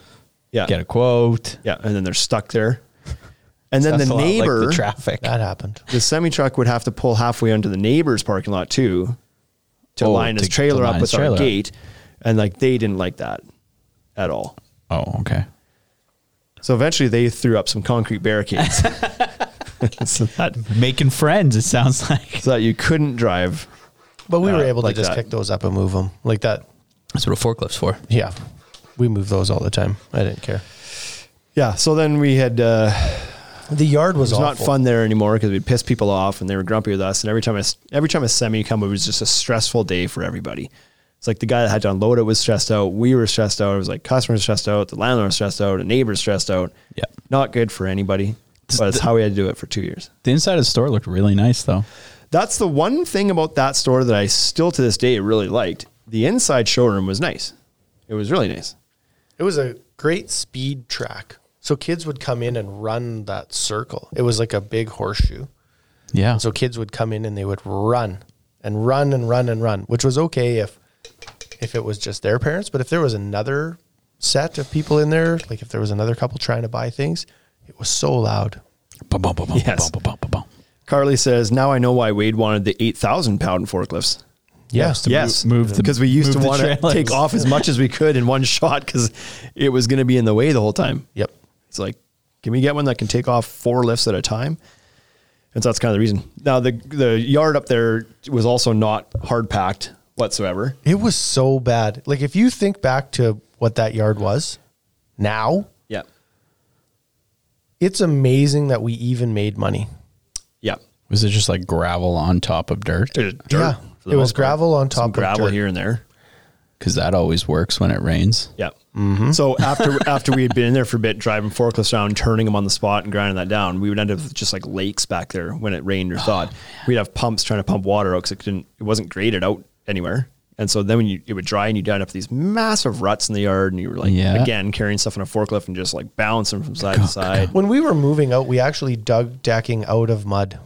Yeah.
get a quote.
Yeah. And then they're stuck there. And then
That's
the
a lot like
neighbor,
the
the,
traffic.
That happened.
semi truck would have to pull halfway onto the neighbor's parking lot too to
Oh,
line his
to- to
trailer
line
up
his
with
trailer
our
up.
gate. And like they didn't like that at all.
Oh, okay.
So eventually they threw up some concrete barricades so, that,
Making friends. It sounds like
so that you couldn't drive.
But we
Uh,
were able
like
to just
that.
pick those up and move them like that.
that's what a forklift's for.
Yeah, we move those all the time. I didn't care.
Yeah. So then we had, uh,
The yard was,
It was
awful.
not fun there anymore because we'd piss people off and they were grumpy with us. And every time I, every time a semi come, it was just a stressful day for everybody. It's like the guy that had to unload it was stressed out. We were stressed out. It was like customers stressed out. The landlord was stressed out. The neighbors stressed out.
Yeah.
not good for anybody. But it's how we had to do it for two years.
The inside of the store looked really nice, though.
That's the one thing about that store that I still to this day really liked. The inside showroom was nice. It It was really nice.
It was a great speed track. So kids would come in and run that circle. It was like a big horseshoe.
Yeah.
So kids would come in and they would run and run and run and run, which was okay if if it was just their parents, but if there was another set of people in there, like if there was another couple trying to buy things, it was so loud.
Bum, bum, bum, bum,
Yes.
bum, bum, bum, bum.
Carly says, "Now I know why Wade wanted the eight thousand pound forklifts."
Yes.
Yes,
move the-
because we used
move
to
the
want to
trailers.
take off as much as we could in one shot because it was going to be in the way the whole time.
Yep.
It's like, can we get one that can take off four lifts at a time? And so that's kind of the reason. Now the the yard up there was also not hard packed whatsoever.
It was so bad. Like if you think back to what that yard was now,
Yeah,
it's amazing that we even made money.
yeah.
Was it just like gravel on top of dirt?
There's dirt
Yeah.
for the
It
most
was
part.
gravel
Some
on top of
gravel
dirt.
here and there.
Because that always works when it rains.
Yeah. So after after we had been in there for a bit, driving forklifts around, turning them on the spot, and grinding that down, we would end up with just like lakes back there when it rained or thawed. We'd have pumps trying to pump water out because it didn't, it wasn't graded out anywhere. And so then when you it would dry and you would end up with these massive ruts in the yard, and you were like
Yeah.
again carrying stuff on a forklift and just like bouncing from side to side.
When we were moving out, we actually dug decking out of mud.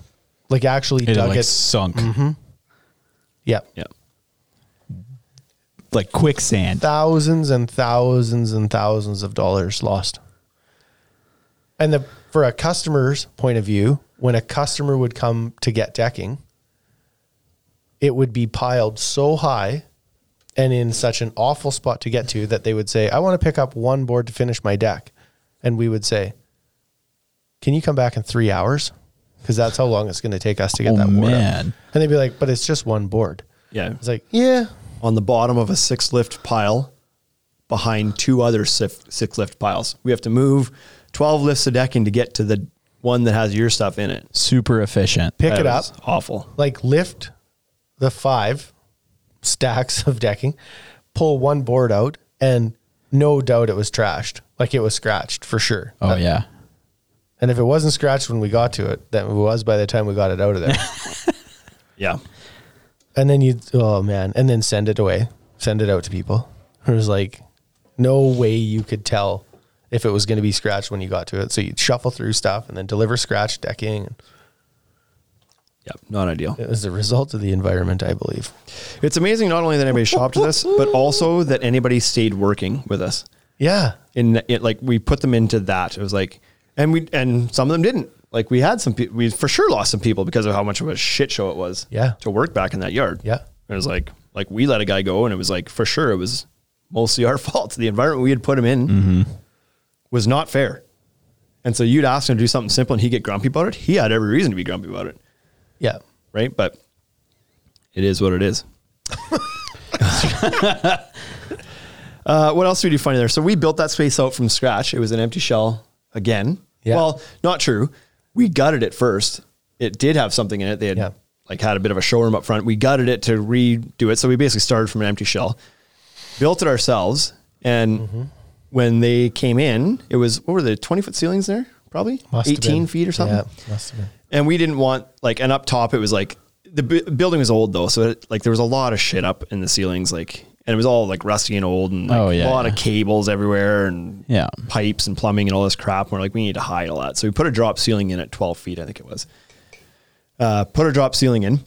Like actually
It
dug
like
it.
sunk
Mm-hmm.
Yep.
Yeah.
like quicksand.
Thousands and thousands and thousands of dollars lost. And the for a customer's point of view, when a customer would come to get decking, it would be piled so high and in such an awful spot to get to that they would say, I want to pick up one board to finish my deck. And we would say, Can you come back in three hours? Because that's how long it's going to take us to get
Oh,
that board. up."
man.
And they'd be like, But it's just one board.
Yeah.
It's like, Yeah.
on the bottom of a six lift pile behind two other six, six lift piles. We have to move 12 lifts of decking to get to the one that has your stuff in it.
Super efficient. Uh,
Pick
That
it up.
was Awful.
like lift the five stacks of decking, pull one board out, and no doubt it was trashed. Like it was scratched for sure.
Oh, yeah.
And if it wasn't scratched when we got to it, then it was by the time we got it out of there.
Yeah.
and then you, oh man, and then send it away, send it out to people. It was like no way you could tell if it was going to be scratched when you got to it. So you'd shuffle through stuff and then deliver scratched decking.
Yeah. Not ideal.
It was the result of the environment, I believe.
It's amazing not only that anybody shopped with us, but also that anybody stayed working with us.
Yeah.
In it, like we put them into that. It was like, and we and some of them didn't. Like we had some, people. we for sure lost some people because of how much of a shit show it was.
Yeah.
To work back in that yard.
Yeah.
It was like, like we let a guy go, and it was like for sure it was mostly our fault. The environment we had put him in was not fair. And so you'd ask him to do something simple, and he'd get grumpy about it. He had every reason to be grumpy about it,
Yeah.
right? But it is what it is. Uh, what else did we do funny there? So we built that space out from scratch. It was an empty shell again.
Yeah.
Well, not true. We gutted it first. It did have something in it. They had
Yeah.
like had a bit of a showroom up front. We gutted it to redo it. So we basically started from an empty shell, built it ourselves. And
Mm-hmm.
when they came in, it was what were the 20 foot ceilings there? Probably
Must have
18
been.
feet or something
Yeah. Must have been.
and we didn't want like and up top it was like the bu- building was old though so it, like there was a lot of shit up in the ceilings like and it was all like rusty and old and like,
Oh, yeah,
a lot
yeah.
of cables everywhere and
Yeah.
pipes and plumbing and all this crap and we're like we need to hide all that so we put a drop ceiling in at 12 feet i think it was uh, put a drop ceiling in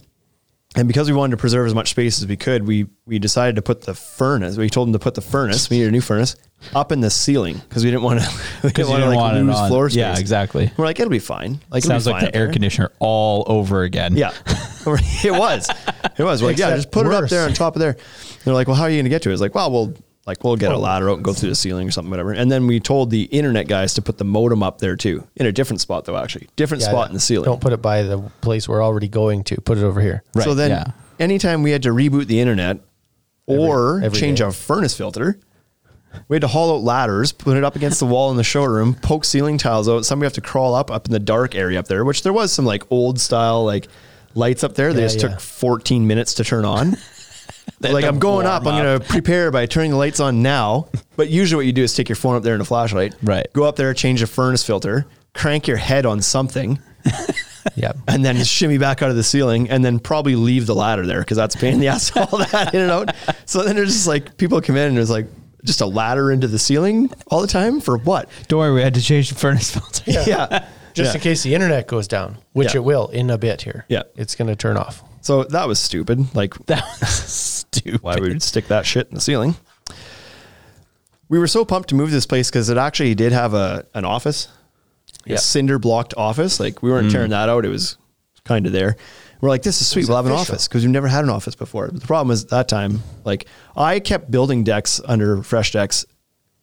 and because we wanted to preserve as much space as we could we we decided to put the furnace we told them to put the furnace we needed a new furnace up in the ceiling because we didn't want to we didn't
you
want to
didn't
like
want it
lose
on-
floor space
yeah, exactly.
we're like it'll be fine like it'll be
It sounds like
fine
the
up
air
there.
conditioner all over again.
Yeah, it was. It was. We're like, yeah,
Except
just put it up
worse.
there on top of there. And they're like, well, how are you going to get to it? It's like, well, we'll like we'll get a ladder out and go through the ceiling or something, whatever. And then we told the internet guys to put the modem up there too, in a different spot though, actually, different
Yeah,
spot
yeah.
in the ceiling.
Don't put it by the place we're already going to. Put it over here.
Right,
so then,
yeah.
anytime we had to reboot the internet or
every
change
day.
a furnace filter. We had to haul out ladders, put it up against the wall in the showroom, poke ceiling tiles out. Some we have to crawl up up in the dark area up there, which there was some like old style like lights up there. they
Yeah,
just
yeah.
took 14 minutes to turn on. like I'm going up, I'm going to prepare by turning the lights on now. But usually what you do is take your phone up there and a flashlight.
Right.
Go up there, change the furnace filter, crank your head on something
Yeah.
and then shimmy back out of the ceiling and then probably leave the ladder there because that's a pain in the ass all that in and out. So then it's just like people come in and it's like just a ladder into the ceiling all the time for what?
Don't worry, we had to change the furnace filter.
Yeah. Yeah.
Just in case the internet goes down, which
Yeah.
it will in a bit here.
Yeah.
It's going to turn off.
So that was stupid. Like
That was stupid.
why we would stick that shit in the ceiling. We were so pumped to move this place because it actually did have a an office,
Yeah.
a cinder blocked office. Like we weren't tearing that out; it was kind of there. We're like, this is sweet. We'll have an
official.
office because we've never had an office before. But the problem was at that time, like I kept building decks under Fresh Decks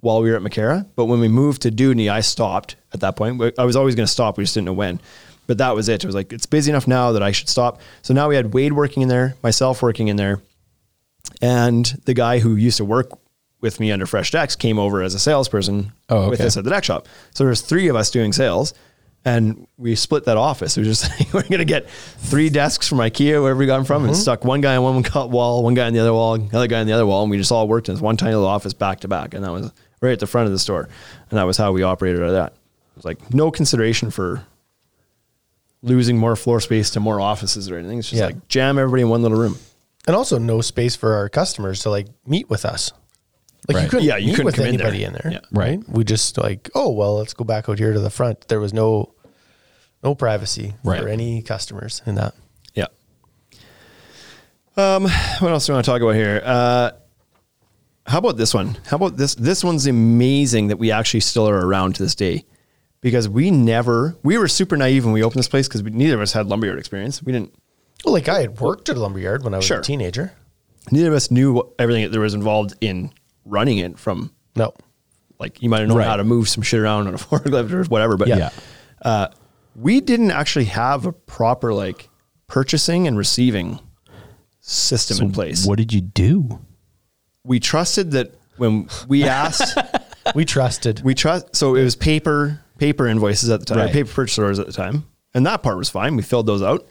while we were at Macara, but when we moved to Dudney, I stopped at that point. I was always going to stop. We just didn't know when. But that was it. It was like it's busy enough now that I should stop. So now we had Wade working in there, myself working in there, and the guy who used to work with me under Fresh Decks came over as a salesperson
Oh,
with
okay.
us at the deck shop. So there's three of us doing sales, and we split that office. It was just like, we're gonna get three desks from IKEA wherever we got them from,
Mm-hmm.
and stuck one guy on one cut wall, one guy on the other wall, another guy on the other wall, and we just all worked in this one tiny little office back to back, and that was right at the front of the store, and that was how we operated out of that. It was like no consideration for losing more floor space to more offices or anything. It's just
Yeah.
like jam everybody in one little room.
And also no space for our customers to like meet with us. Like you
Right.
couldn't
Yeah, you
meet
couldn't
with
come in there.
anybody in there.
Yeah.
Right.
We just like, oh well, let's go back out here to the front. There was no no privacy
Right.
for any customers in that.
Yeah. Um, what else do we want to talk about here? Uh, how about this one? How about this? This one's amazing that we actually still are around to this day because we never, we were super naive when we opened this place because neither of us had lumberyard experience. We didn't,
Well, like I had worked at a lumberyard when I was
Sure.
a teenager.
neither of us knew what, everything that there was involved in running it from
No.
like you might have known
Right.
how to move some shit around on a forklift or whatever, but
Yeah.
Uh, we didn't actually have a proper like purchasing and receiving system in place.
What did you do?
we trusted that when we asked,
We trusted.
we trust. So it was paper paper invoices at the time, or
Right.
paper purchase orders at the time, and that part was fine. We filled those out.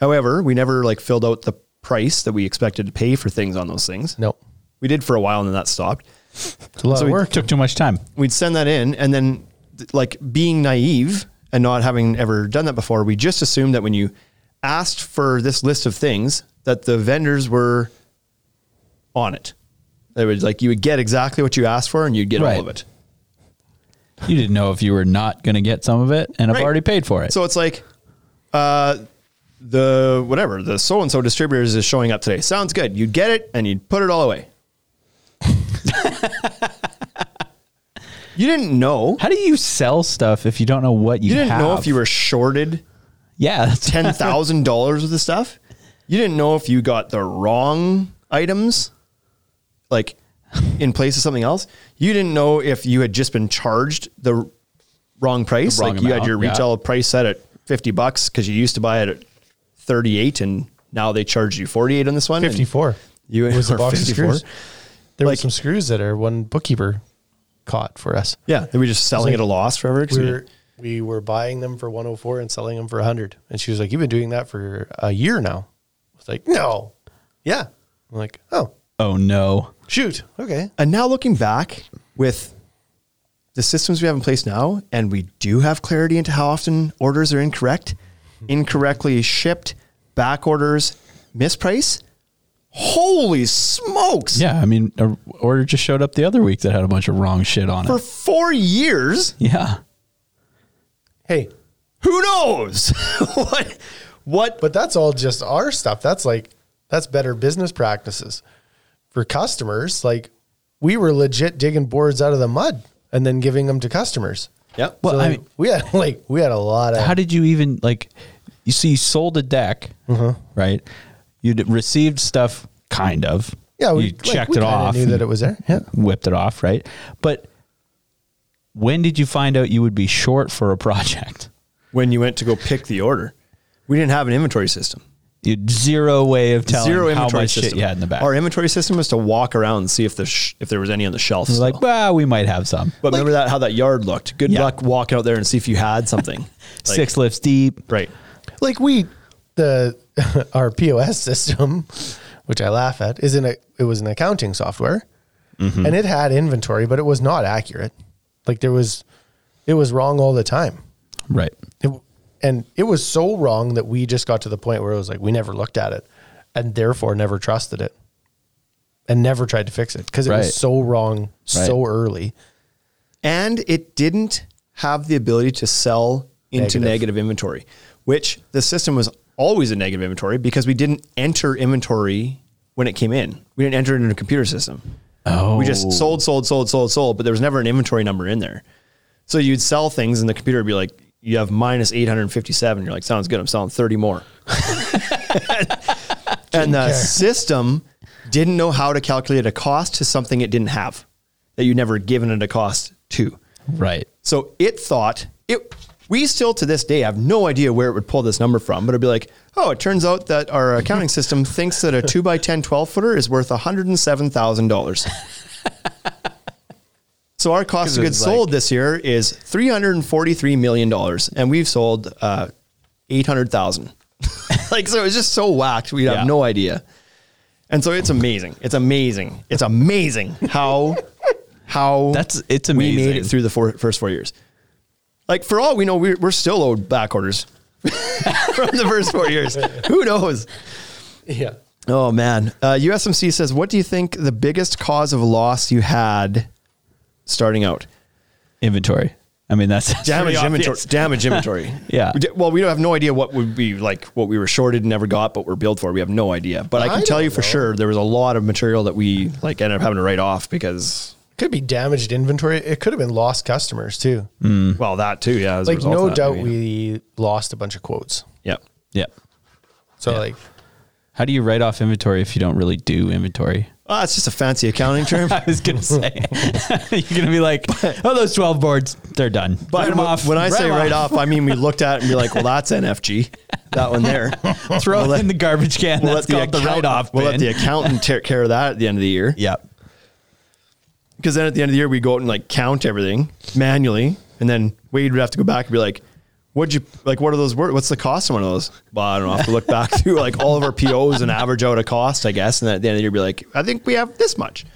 However, we never like filled out the price that we expected to pay for things on those things.
no.
we did for a while, and then that stopped.
It's a lot
So
of
we
work.
Took too much time.
We'd send that in, and then th- like being naive and not having ever done that before, we just assumed that when you asked for this list of things, that the vendors were on it. They would like you would get exactly what you asked for, and you'd get all
Right.
of it.
You didn't know if you were not going to get some of it, and I've
Right.
already paid for it.
So it's like, uh, the whatever the so and so distributors is showing up today. Sounds good. You'd get it and you'd put it all away. you didn't know.
How do you sell stuff if you don't know what you,
You didn't
have?
know if you were shorted
Yeah, that's
ten thousand dollars worth of stuff. You didn't know if you got the wrong items, like in place of something else. You didn't know if you had just been charged the wrong price.
The wrong
like you had
amount,
your
yeah.
retail price set at fifty bucks because you used to buy it at thirty eight, and now they charge you forty eight on this one. and
Fifty four.
You
was a
or
box of
54.
screws. There were
Like-
some screws that our one bookkeeper caught for us.
Yeah, they were just selling
like-
at a loss forever. 'cause
we
we-
were we were buying them for 104 and selling them for 100 and she was like you've been doing that for a year now i was like no yeah i'm like oh
oh no!
shoot okay
and now looking back with the systems we have in place now, and we do have clarity into how often orders are incorrect, incorrectly shipped, back orders, misprice. Holy smokes!
Yeah, I mean, a order just showed up the other week that had a bunch of wrong shit on
For
it.
four years,
Yeah,
hey
who knows what? What?
but that's all just our stuff that's like that's better business practices for customers like we were legit digging boards out of the mud and then giving them to customers
Yep.
Well,
so
I
like,
mean-
we had like we had a lot of
how did you even like you see you sold a deck
Uh-huh.
right you received stuff kind of
yeah
you
like,
checked
we
it
kinda
off
knew
and
that it was there yeah
whipped it off right but when did you find out you would be short for a project
When you went to go pick the order, we didn't have an inventory system.
you had zero way of telling
Zero
how
inventory
much
system.
shit you had in the back
Our inventory system was to walk around and see if the sh- if there was any on the shelf.
You're like
still.
well we might have some
But remember that how that yard looked. Good
Yeah.
luck walking out there and see if you had something. Like,
six lifts deep
Right.
like we the our POS system, which I laugh at, is in a it was an accounting software,
Mm-hmm.
and it had inventory, but it was not accurate. Like there was, it was wrong all the time,
right
it, and it was so wrong that we just got to the point where it was like we never looked at it, and therefore never trusted it. and never tried to fix it because it
Right.
was so wrong so early.
and it didn't have the ability to sell into
Negative.
negative inventory, which the system was always a negative inventory because we didn't enter inventory when it came in. We didn't enter it in a computer system. Oh. We just sold, sold, sold, sold, sold, but there was never an inventory number in there. So you'd sell things and the computer would be like, you have minus 857. You're like, sounds good. I'm selling 30 more. and the system didn't know how to calculate a cost to something it didn't have that you never given it a cost to.
Right.
So it thought it. We still to this day have no idea where it would pull this number from, but it'd be like, oh, it turns out that our accounting system thinks that a two by 10 12 footer is worth $107,000. so our cost of goods sold this year is $343 million, and we've sold uh, 800,000. like, so it was just so whacked. We have no idea. And so it's amazing. It's amazing. It's amazing how, how
That's it's
we
amazing.
made it through the four, first four years. Like for all we know, we're, we're still owed back orders from the first four years. Who knows?
Yeah.
Oh man, uh, USMC says, what do you think the biggest cause of loss you had starting out?
inventory. I mean, that's
Damage
pretty
inventory.
obvious.
Damage inventory.
Yeah.
We di- well, we don't have no idea what would be like what we were shorted and never got, but we're billed for. We have no idea. But I can
I
tell you
don't
for
know.
sure there was a lot of material that we like ended up having to write off because
Could be damaged inventory. It could have been lost customers too.
Mm. Hmm.
well that too. Yeah. as a
Like
result of
no
that,
doubt
maybe.
we lost a bunch of quotes.
Yeah.
Yeah.
So like
How do you write off inventory if you don't really do inventory?
Ah, it's just a fancy accounting term.
I was gonna say you're gonna be like, oh, those twelve boards, they're done.
But
Write 'em
when,
off.
when I say
'em
right off, I mean we looked at it and be like, well, that's NFG, that one there.
throw
We'll
it
let-
in the garbage can.
We'll
That's
let the
called the
account-
write off.
We'll let the accountant take care of that at the end of the year.
yeah.
Because then at the end of the year, we go out and like count everything manually, and then Wade would have to go back and be like, "What'd you like? What are those? Wor- what's the cost of one of those?" Well, I don't know. I have to look back through like all of our POs and average out a cost, I guess. And then at the end of the year, be like, "I think we have this much."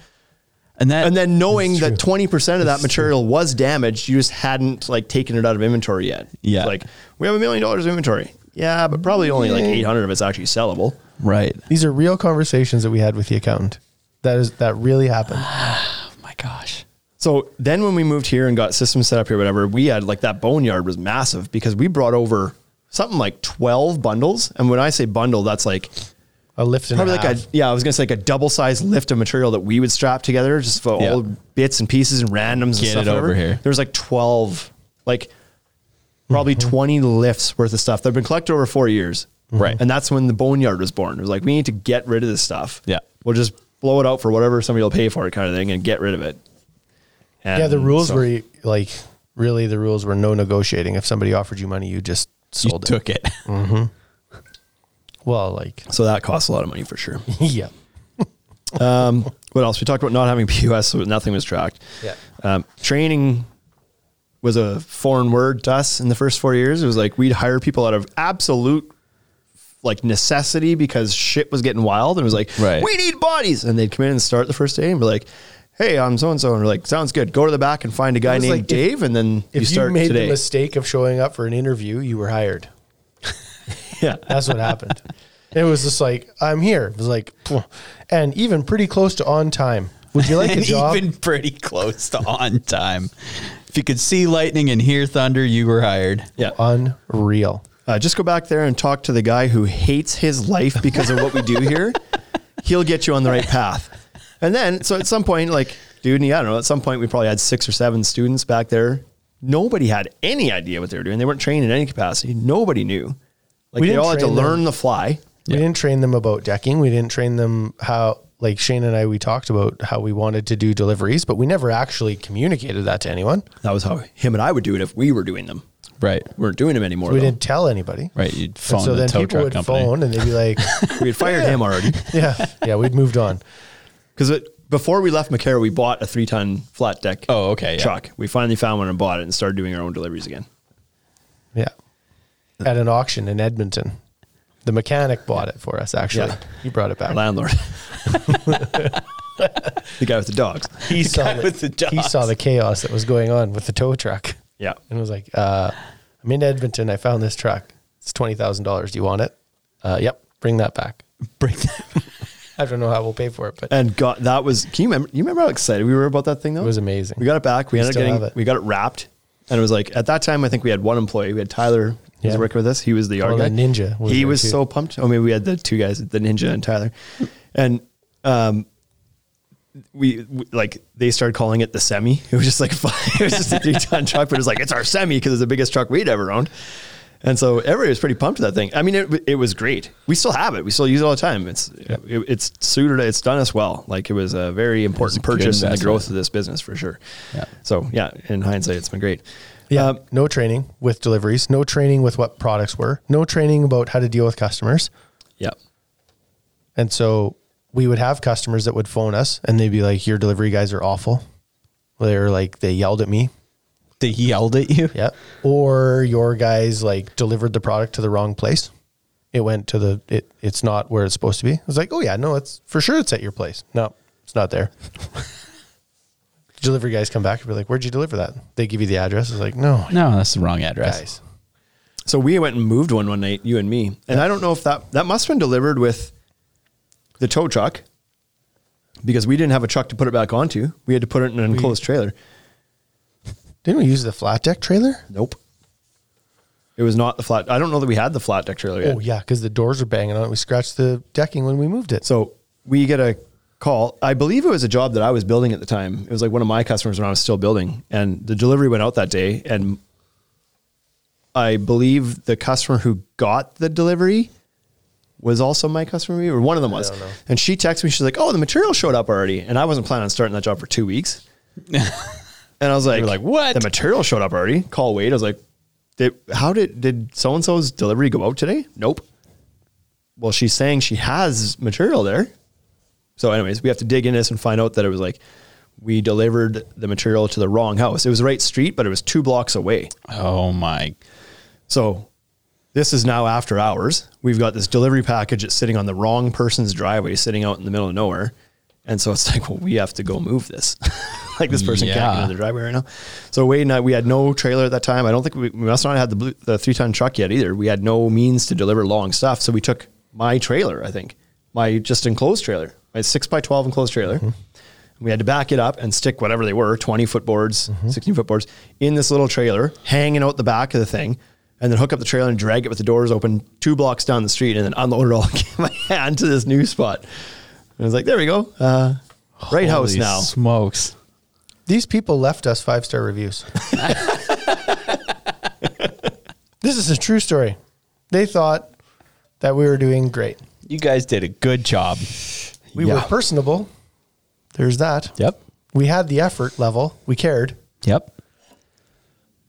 And that
And then knowing that twenty percent of that material was damaged, you just hadn't like taken it out of inventory yet.
Yeah.
like we have a million dollars of inventory. Yeah, but probably only like eight hundred of it's actually sellable.
right.
Oh
these are real conversations that we had with the accountant. That is that really happened.
Oh my gosh.
So then when we moved here and got systems set up here, whatever, we had like that boneyard was massive because we brought over something like twelve bundles. And when I say bundle, that's like
A lift and
probably
a
like
half.
a yeah, I was gonna say like a double sized lift of material that we would strap together just for
Yeah.
all bits and pieces and randoms
Get
and
it
stuff.
over
whatever.
here.
There was like twelve, like probably
Mm-hmm.
twenty lifts worth of stuff that have been collected over four years.
Mm-hmm. Right.
And that's when the boneyard was born. It was like we need to get rid of this stuff.
Yeah.
We'll just blow it out for whatever somebody will pay for it kind of thing and get rid of it.
yeah, the
And
rules
so-
were like really the rules were no negotiating. If somebody offered you money, you just
You
sold it.
took it.
Well, like
So that costs a lot of money for sure.
yeah.
what else? We talked about not having POS, so nothing was tracked.
Yeah.
Um, training was a foreign word to us in the first four years. It was like we'd hire people out of absolute like necessity because shit was getting wild, and it was like
Right.
we need bodies, and they'd come in and start the first day and be like. Hey, I'm so and so, and we're like, sounds good. Go to the back and find a guy
was
named
like, if-
Dave, and then
If
you
you,
start
made
today.
the mistake of showing up for an interview, you were hired.
Yeah.
That's what happened. It was just like, I'm here. It was like, "Phew." and even pretty close to on time. Would you like a
and
job?
even pretty close to on time. If you could see lightning and hear thunder, you were hired.
yeah,
Unreal.
Uh, just go back there and talk to the guy who hates his life because of what we do here. He'll get you on the right path. And then, so at some point, like, dude, yeah, I don't know, at some point, we probably had six or seven students back there. Nobody had any idea what they were doing. They weren't trained in any capacity. Nobody knew. Like, they
We didn't
all had to
train them.
learn the fly.
We didn't train them about decking. We didn't train them how, like Shane and I, we talked about how we wanted to do deliveries, but we never actually communicated that to anyone.
That was how him and I would do it if we were doing them.
Right.
We weren't doing them anymore.
We
though.
didn't tell anybody.
Right. You'd
And
phone
so
the
then
tow
people
truck
would
company.
phone and they'd be like,
We had fired him already.
yeah, yeah, we'd moved on.
Because before we left McCare, we bought a three ton flat deck
Oh, okay, yeah.
truck. We finally found one and bought it and started doing our own deliveries again.
Yeah. At an auction in Edmonton. The mechanic bought it for us, actually.
Yeah.
He brought it back.
landlord. the guy with the dogs.
he saw the,
with the
he saw the chaos that was going on with the tow truck.
Yeah.
And was like, uh, I'm in Edmonton. I found this truck. It's twenty thousand dollars. Do you want it? Uh, yep. Bring that back.
Bring that-
I don't know how we'll pay for it, but
And got that was can you remember you remember how excited we were about that thing though? It
was amazing.
We got it back. We, ended up
still
getting
have it.
we got it wrapped. And it was like at that time I think we had one employee. We had Tyler who was
Yeah.
working with us. He was the yard
Oh,
guy.
the ninja was
he
there,
was
too.
so pumped. Oh maybe we had the two guys, the ninja and Tyler. And um we, we like they started calling it the semi. It was just like it was just a three ton truck, but it was like it's our semi because it's the biggest truck we'd ever owned. And so everybody was pretty pumped with that thing. I mean, it, it was great. We still have it. We still use it all the time. It's it, it's suited. It's done us well. Like it was a very important
good
purchase in the
investment.
growth of this business for sure. Yeah. So yeah, in hindsight, it's been great.
yeah,
Um,
no training with deliveries, no training with what products were, no training about how to deal with customers.
yeah.
And so we would have customers that would phone us and they'd be like, Your delivery guys are awful. They're like, they yelled at me.
They yelled at you.
Yeah. Or your guys like delivered the product to the wrong place. It went to the, it, it's not where it's supposed to be. I was like, Oh, yeah, no, it's for sure it's at your place. No, it's not there. delivery guys come back and be like, Where'd you deliver that? They give you the address. It's like, No,
No, that's the wrong address.
guys.
So we went and moved one one night, you and me. And I don't know if that that must have been delivered with the tow truck because we didn't have a truck to put it back onto. We had to put it in an enclosed trailer.
Didn't we use the flat deck trailer?
Nope. It was not the flat. I don't know that we had the flat deck trailer yet.
Oh, yeah, because the doors were banging on it. We scratched the decking when we moved it.
So we get a call. I believe it was a job that I was building at the time. It was like one of my customers when I was still building, and the delivery went out that day. And I believe the customer who got the delivery was also my customer, or one of them was. And she texted me. She's like, "Oh, the material showed up already," and I wasn't planning on starting that job for two weeks. and I was like,
like, "What?"
The material showed up already. Call Wade. I was like, did, "How did did so and so's delivery go out today?" Nope. Well, she's saying she has material there. So, anyways, we have to dig into this and find out that it was like we delivered the material to the wrong house. It was the right street, but it was two blocks away.
Oh my!
So this is now after hours. We've got this delivery package that's sitting on the wrong person's driveway, sitting out in the middle of nowhere. And so it's like, well, we have to go move this. like this person can't get
Yeah.
in the driveway right now. So Wade and I, we had no trailer at that time. I don't think we, we must not have had the, blue, the three ton truck yet either. We had no means to deliver long stuff. So we took my trailer, I think, my just enclosed trailer, my six by 12 enclosed trailer. We had to back it up and stick whatever they were 20 foot boards, 16 foot boards in this little trailer, hanging out the back of the thing, and then hook up the trailer and drag it with the doors open two blocks down the street and then unload it all in my hand to this new spot. And I was like, there we go. Uh, right house
Holy
now.
smokes!
These people left us five star reviews. this is a true story. They thought that we were doing great.
You guys did a good job.
We were
Yeah.
personable. There's that.
Yep.
We had the effort level. We cared.
Yep.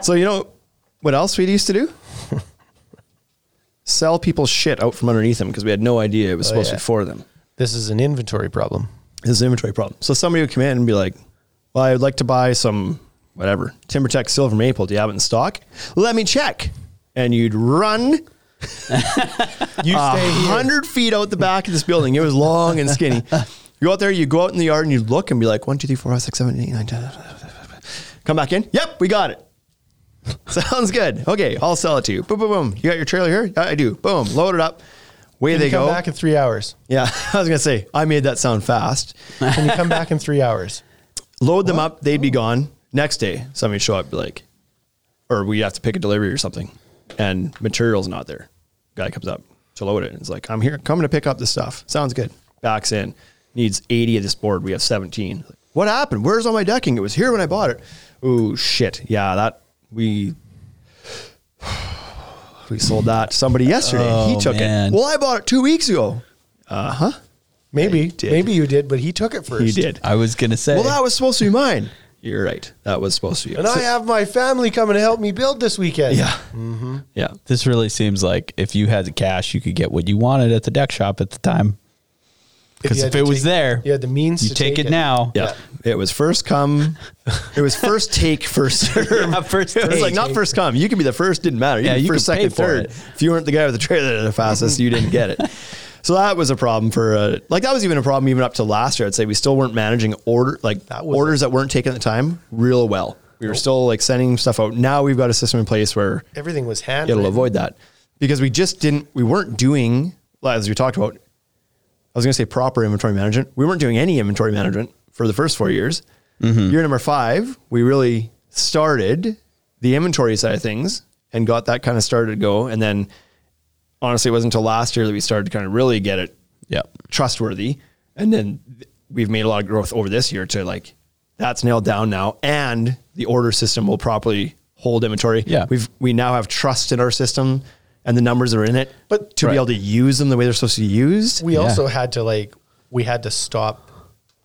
So, you know what else we used to do? Sell people shit out from underneath them because we had no idea it was supposed to
yeah.
be for them.
This is an inventory problem.
This is an inventory problem. So somebody would come in and be like, "Well, I would like to buy some whatever TimberTech Silver Maple. Do you have it in stock? Let me check." And you'd run
You
Ah.
a hundred feet out the back of this building. It was long and skinny. You go out there, you go out in the yard, and you look and be like, one, two, three, four, five, six, seven, eight, nine, ten. Come back in. Yep, we got it. Sounds good. Okay, I'll sell it to you. Boom, boom, boom. You got your trailer here? Yeah, I do. Boom, load it up. Way
Can
they
you come
go.
back in three hours?
yeah, I was gonna say I made that sound fast.
Can you come back in three hours?
load them up, they'd be gone. Next day, somebody would show up, be like, or we have to pick a delivery or something, and material's not there. Guy comes up to load it, and it's like, I'm here, coming to pick up this stuff. Sounds good. Backs in, needs 80 of this board. We have 17. Like, what happened? Where's all my decking? It was here when I bought it. Oh shit! Yeah, that we we sold that to somebody yesterday. he took
man.
it. Well, I bought it two weeks ago.
Maybe.
did.
Maybe you did, but he took it first.
He did.
I was gonna say.
Well, that was supposed to be mine. You're right. That was supposed to be.
And I have my family coming to help me build this weekend.
Yeah.
Mm-hmm.
Yeah.
this really seems like if you had the cash, you could get what you wanted at the deck shop at the time.
you
Because
had
if,
to
it was
take-
there,
you had the means
You
to
take,
take
it,
it.
now.
Yeah. It was first come. It was first take, first serve.
Yeah, first
it was
take.
like not first come. You could be the first, didn't matter. You
Yeah,
could be
you
first,
could pay
second,
for
third.
it.
If you weren't the guy with the trailer the fastest, you didn't get it. So that was a problem for uh, like that was even a problem even up to last year. I'd say we still weren't managing order like
That was-
orders that weren't taken at the time real well. We were still like sending stuff out. Now we've got a system in place where
Everything was
it'll
handled.
avoid that because we just didn't we weren't doing as we talked about I was going to say proper inventory management. We weren't doing any inventory management for the first four years. Year number five, we really started the inventory side of things and got that kind of started to go. And then honestly, it wasn't until last year that we started to kind of really get it
Yep.
trustworthy. And then th- we've made a lot of growth over this year to like that's nailed down now, and the order system will properly hold inventory.
Yeah.
we've we now have trust in our system, and the numbers are in it.
But-
to
Right.
be able to use them the way they're supposed to be used,
we also had to like we had to stop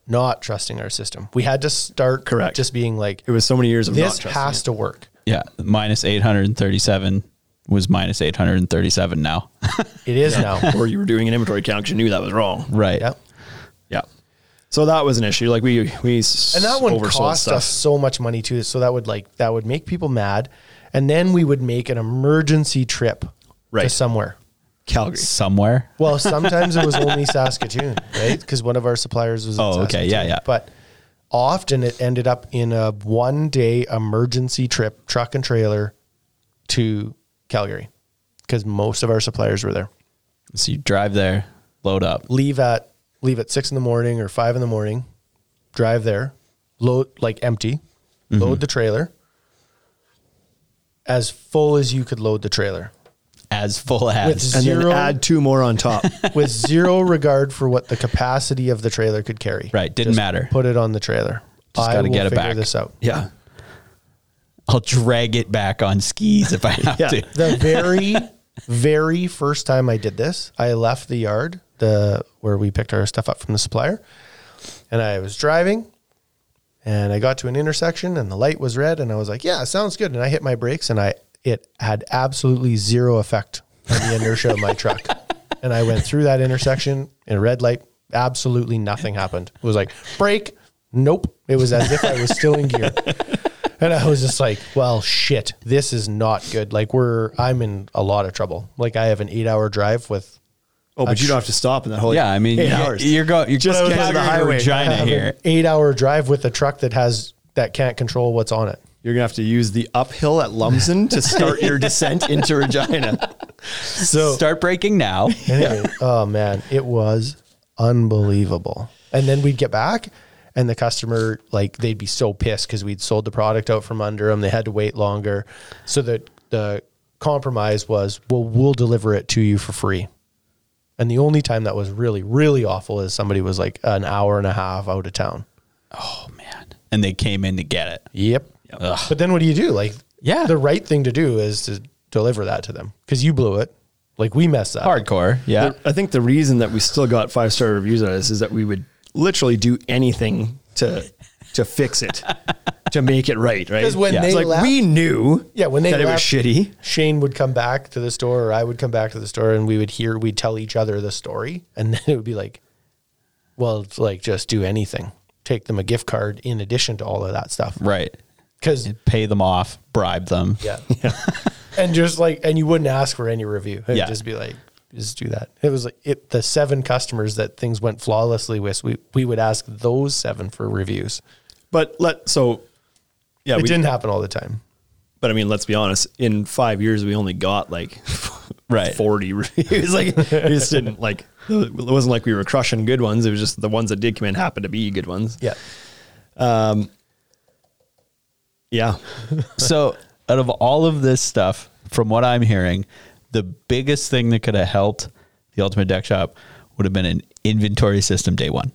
not trusting our system. We had to start
Correct.
just being like
it was so many years of
this
not trusting
has
it.
to work.
Yeah. Minus 837 was minus 837 now.
It is now.
or you were doing an inventory count because you knew that was wrong.
right.
Yep.
Yeah, so that was an issue. Like we we
And that one cost
stuff.
us so much money too. So that would like that would make people mad. And then we would make an emergency trip to
Right.
somewhere.
Calgary.
Somewhere.
Well, sometimes it was only Saskatoon, right? Because one of our suppliers was. in
Oh, okay.
Saskatoon.
Yeah, yeah.
But often it ended up in a one-day emergency trip, truck and trailer, to Calgary, because most of our suppliers were there.
So you drive there, load up.
Leave at leave at six in the morning or five in the morning, drive there, load like empty,
Mm-hmm.
load the trailer, as full as you could load the trailer
As full
with
as.
and
zero
then add two more on top.
with zero regard for what the capacity of the trailer could carry.
Right, didn't
Just
matter.
Put it on the trailer.
Just
I
gotta
will
get it
figure
back.
This out.
yeah,
I'll drag it back on skis if I have
Yeah.
to.
The very, very first time I did this, I left the yard, the where we picked our stuff up from the supplier, and I was driving, and I got to an intersection, and the light was red, and I was like, "Yeah, sounds good," and I hit my brakes, and I it had absolutely zero effect on the inertia of my truck, and I went through that intersection in a red light, absolutely nothing happened. It was like brake, nope. It was as if I was still in gear. And I was just like, well, shit, this is not good. Like we're, I'm in a lot of trouble. Like I have an eight hour drive with,
Oh, but you don't have to stop in that whole.
Yeah, I mean,
eight
you-
hours.
you're going. You're
Just
just
get to the
the
highway.
highway.
I
Regina
have
here.
an eight hour drive with a truck that has, that can't control what's on it.
You're gonna have to use the uphill at Lumsden to start your descent into Regina.
So
Start breaking now.
anyway, oh man, it was unbelievable. And then we'd get back and the customer, like they'd be so pissed because we'd sold the product out from under them. They had to wait longer. So that the compromise was, well, we'll deliver it to you for free. And the only time that was really, really awful is somebody was like an hour and a half out of town.
Oh man! And they came in to get it.
Yep. But then what do you do? Like,
Yeah.
the right thing to do is to deliver that to them because you blew it. Like we messed up.
Hardcore. Yeah.
I think the reason that we still got five star reviews on this is that we would literally do anything to to fix it, to make it right. Right?
'Cause when
It's
they
like
left-
we knew,
Yeah, when they
that
left-
it was shitty.
Shane would come back to the store, or I would come back to the store, and we would hear, we'd tell each other the story, and then it would be like, well, it's like just do anything, take them a gift card in addition to all of that stuff,
Right.
Because
Pay them off. Bribe them.
yeah, and just like, and you wouldn't ask for any review, it'd
Yeah.
just be like, just do that. It was like it, the seven customers that things went flawlessly with. We we would ask those seven for reviews.
But let so yeah,
It
we
didn't happen all the time.
But I mean, let's be honest. In five years, we only got like
Right.
forty reviews. Like it just didn't like. It wasn't like we were crushing good ones. It was just the ones that did come in happened to be good ones.
Yeah,
Yeah.
so out of all of this stuff from what i'm hearing the biggest thing that could have helped the ultimate deck shop would have been an inventory system day one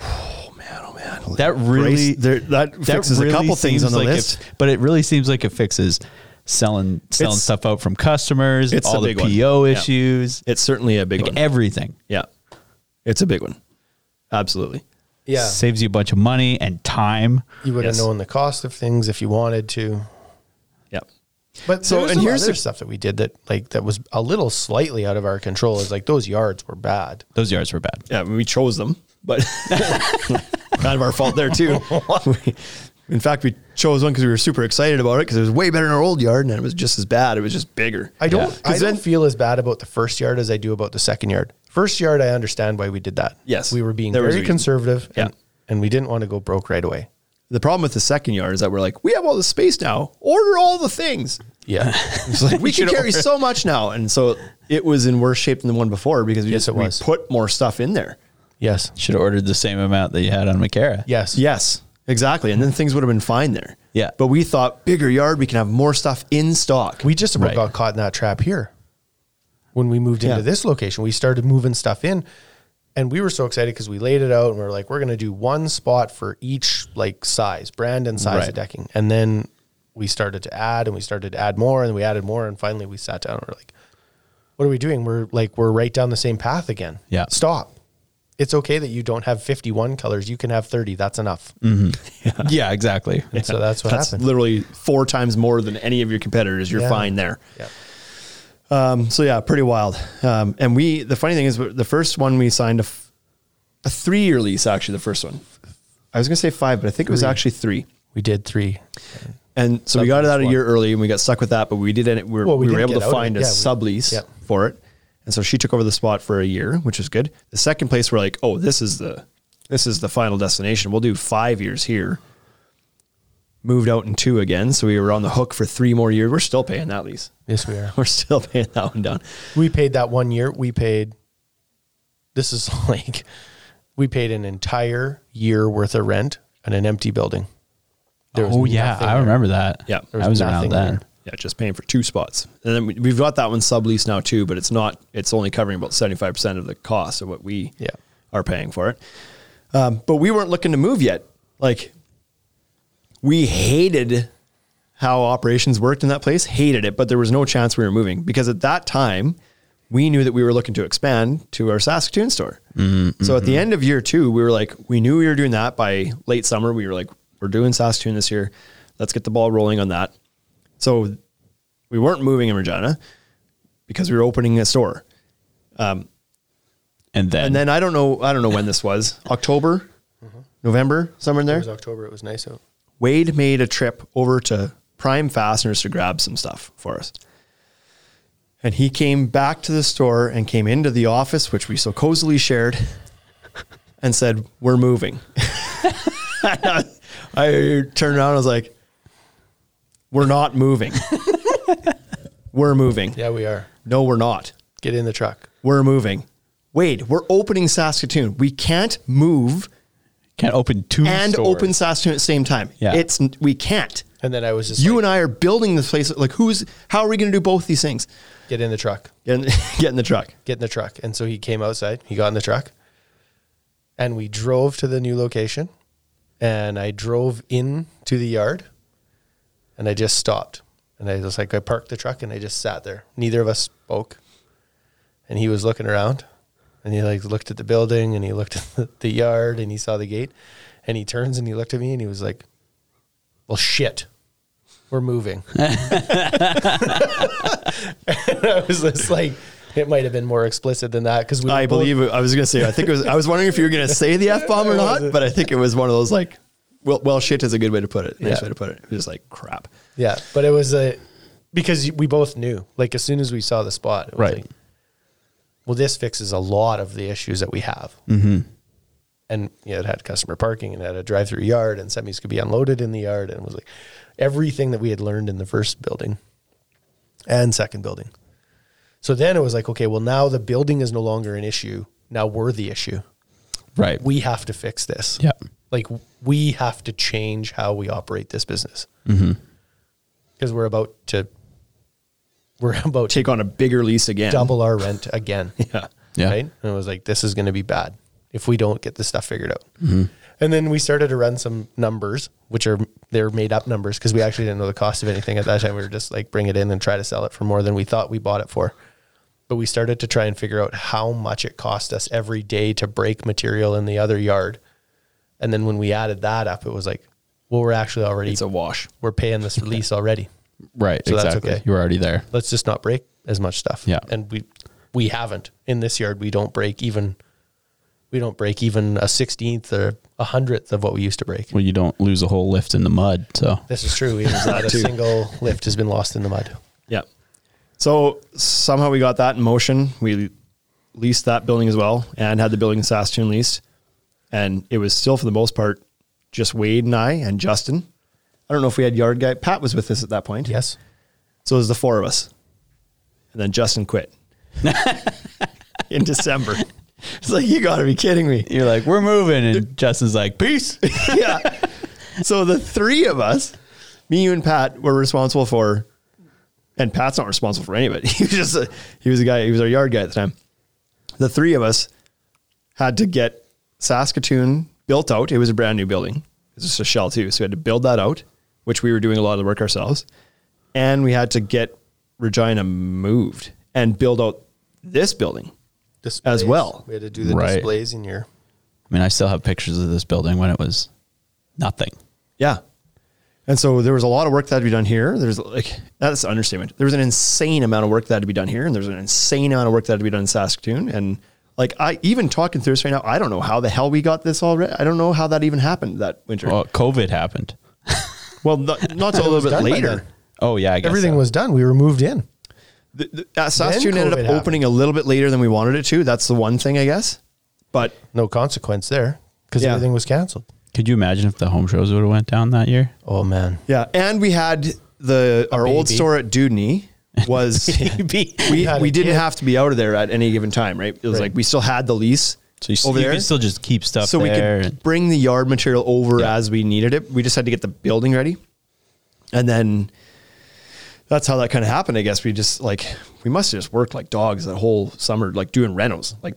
Oh man,
that really
Brace- there- that fixes a couple things
seems
on the
like
list.
it- but it really seems like it fixes selling selling
It's-
stuff out from customers
it's a
all the
big one.
po
Yeah.
issues
It's certainly a big one.
everything
yeah, it's a big one. Absolutely.
yeah.
saves you a bunch of money and time
You would have
Yes.
known the cost of things if you wanted to.
Yeah.
But
So,
so
and
and
here's
here's other
the-
stuff that we did that like that was a little slightly out of our control. Is like those yards were bad.
those yards were bad
Yeah, we chose them, but kind of our fault there too. We- in fact, we chose one because we were super excited about it because it was way better than our old yard, and it was just as bad. It was just bigger.
I don't.
'Cause
I don't
then-
feel as bad about the first yard as I do about the second yard. First yard, I understand why we did that.
Yes.
we were being
There was a
very
reason.
conservative. And,
Yeah.
and we didn't want to go broke right away.
The problem with the second yard is that we're like, we have all the space now. Order all the things.
Yeah.
It's like we can carry so much now, and so it was in worse shape than the one before because we
Yes,
just
it
we
was.
put more stuff in there.
yes.
Should have ordered the same amount that you had on Macara.
Yes.
Yes, exactly, and then things would have been fine there.
Yeah.
but we thought bigger yard, we can have more stuff in stock.
We just about
Right.
got caught in that trap here. When we moved
Yeah.
into this location, we started moving stuff in and we were so excited because we laid it out and we are like, we're going to do one spot for each like size, brand and size
Right.
of decking. And then we started to add and we started to add more and we added more. And finally we sat down and we're like, what are we doing? We're like, we're right down the same path again.
Yeah.
Stop. It's okay that you don't have 51 colors. You can have 30. That's enough.
Mm-hmm. Yeah, exactly.
And so that's what
That's
happened.
literally four times more than any of your competitors. You're
Yeah. Mm-hmm.
fine there.
yeah.
So yeah, pretty wild. Um, and we, the funny thing is, the first one we signed a, f- a three year lease. Actually, the first one, I was gonna say five, but I think it was actually three.
We did three.
And so we got it out a year early, and we got stuck with that. But we did it. We were,
Well, we
we were
didn't
able
get
to
out of
find
it.
a
Yeah, we-
sublease
yeah.
for it. And so she took over the spot for a year, which was good. The second place, we're like, oh, this is the this is the final destination. We'll do five years here. Moved out in two again, so we were on the hook for three more years. We're still paying that lease.
Yes, we are.
We're still paying that one down.
we paid that one year. We paid. This is like, we paid an entire year worth of rent on an empty building. There was
Oh yeah,
nothing
I
there.
remember that.
Yeah. There
I
was
was around
nothing
then.
there.
Yeah, just paying for two spots. And then we, we've got that one sublease now too, but it's not, it's only covering about 75% of the cost of what we
Yeah.
are paying for it. Um, but we weren't looking to move yet. Like we hated how operations worked in that place, hated it, but there was no chance we were moving because at that time we knew that we were looking to expand to our Saskatoon store. So at the end of year two, we were like, we knew we were doing that by late summer. We were like, we're doing Saskatoon this year. Let's get the ball rolling on that. So we weren't moving in Regina because we were opening a store.
And then,
And then I don't know, I don't know when this was October, November, somewhere in
It
there.
was October. It was nice out.
Wade made a trip over to Prime Fasteners to grab some stuff for us. And he came back to the store and came into the office, which we so cozily shared, and said, We're moving. I turned around and I was like, We're not moving. we're moving.
Yeah, we are.
No, we're not.
Get in the truck.
We're moving. Wade, we're opening Saskatoon. We can't move
can't open two
and
stores.
open Saskatoon at the same time.
Yeah.
It's we can't.
And then I was just
You
you
and I are building this place. Like, who's? How are we going to do both these things?
get in the truck.
Get in, get in the truck.
Get in the truck. And so he came outside. He got in the truck, and we drove to the new location. And I drove in to the yard, and I just stopped. And I just like I parked the truck and I just sat there. Neither of us spoke. and he was looking around and he like looked at the building and he looked at the- the yard and he saw the gate and he turns and he looked at me and he was like well shit we're moving and i was just like it might have been more explicit than that because we were
I
both-
believe it, I was going to say. I think it was. I was wondering if you were going to say the f bomb or not, but I think it was one of those like, well, well, shit is a good way to put it. Nice
Yeah.
way to put it. It was like crap.
yeah but it was a because we both knew like as soon as we saw the spot it was
Right.
like, well this fixes a lot of the issues that we have and you know, it had customer parking and it had a drive-through yard and semis could be unloaded in the yard and it was like everything that we had learned in the first building and second building. So then it was like, okay, well now the building is no longer an issue. Now we're the issue.
right.
We have to fix this.
Yeah.
Like we have to change how we operate this business.
Mm-hmm.
Because we're about to we're about to
Take on a bigger lease again.
double our rent again.
Yeah.
Yeah.
Right. And it was like, this is going to be bad if we don't get this stuff figured out.
Mm-hmm.
And then we started to run some numbers, which are they're made up numbers because we actually didn't know the cost of anything at that time. We were just like, bring it in and try to sell it for more than we thought we bought it for. But we started to try and figure out how much it cost us every day to break material in the other yard. And then when we added that up, it was like, well, we're actually already
It's a wash.
we're paying this lease already
Right.
So that's
exactly.
okay.
You were already there.
let's just not break as much stuff.
Yeah.
And we we haven't in this yard. We don't break even we don't break even a sixteenth or a hundredth of what we used to break.
Well, you don't lose a whole lift in the mud. So
This is true. Even not a single lift has been lost in the mud.
Yeah. So somehow we got that in motion. We leased that building as well and had the building in Saskatoon leased. And it was still, for the most part, just Wade and I and Justin. I don't know if we had yard guy. Pat was with us at that point.
Yes.
So it was the four of us. And then Justin quit in December. It's like, you got to be kidding me.
You're like, we're moving, and Justin's like, peace.
yeah. So the three of us, me, you, and Pat, were responsible for, and Pat's not responsible for any of it. He was just a, he was a guy. He was our yard guy at the time. The three of us had to get Saskatoon built out. It was a brand new building. It's just a shell too, so we had to build that out, which we were doing a lot of the work ourselves, and we had to get Regina moved and build out this building.
Displays.
well.
We had to do the
Right.
displays in your
I mean, I still have pictures of this building when it was nothing.
Yeah. And so there was a lot of work that had to be done here. There's like that's an understatement. There was an insane amount of work that had to be done here, and there's an insane amount of work that had to be done in Saskatoon. And like I even talking through this right now, I don't know how the hell we got this all right. I don't know how that even happened that winter.
Well, COVID happened.
well, not, not till a
was
little bit
done by
later.
then.
Oh yeah, I guess
Everything
so.
was done. We were moved in.
The, the, uh, Saskatoon ended up
COVID happened.
opening a little bit later than we wanted it to. That's the one thing I guess. But
No consequence there because
Yeah.
everything was canceled.
Could you imagine if the home shows would have went down that year?
Oh man.
yeah, and we had the our old
baby.
store at Dudney was
Maybe.
we,
had
we
a
didn't
kid.
have to be out of there at any given time, right? It was
Right.
like we still had the lease
So you,
over
you
there.
can still just keep stuff
so we
there.
could
and-
bring the yard material over as we needed it. We just had to get the building ready. And then that's how that kind of happened. I guess we just like, we must have just worked like dogs that whole summer, like doing renos, like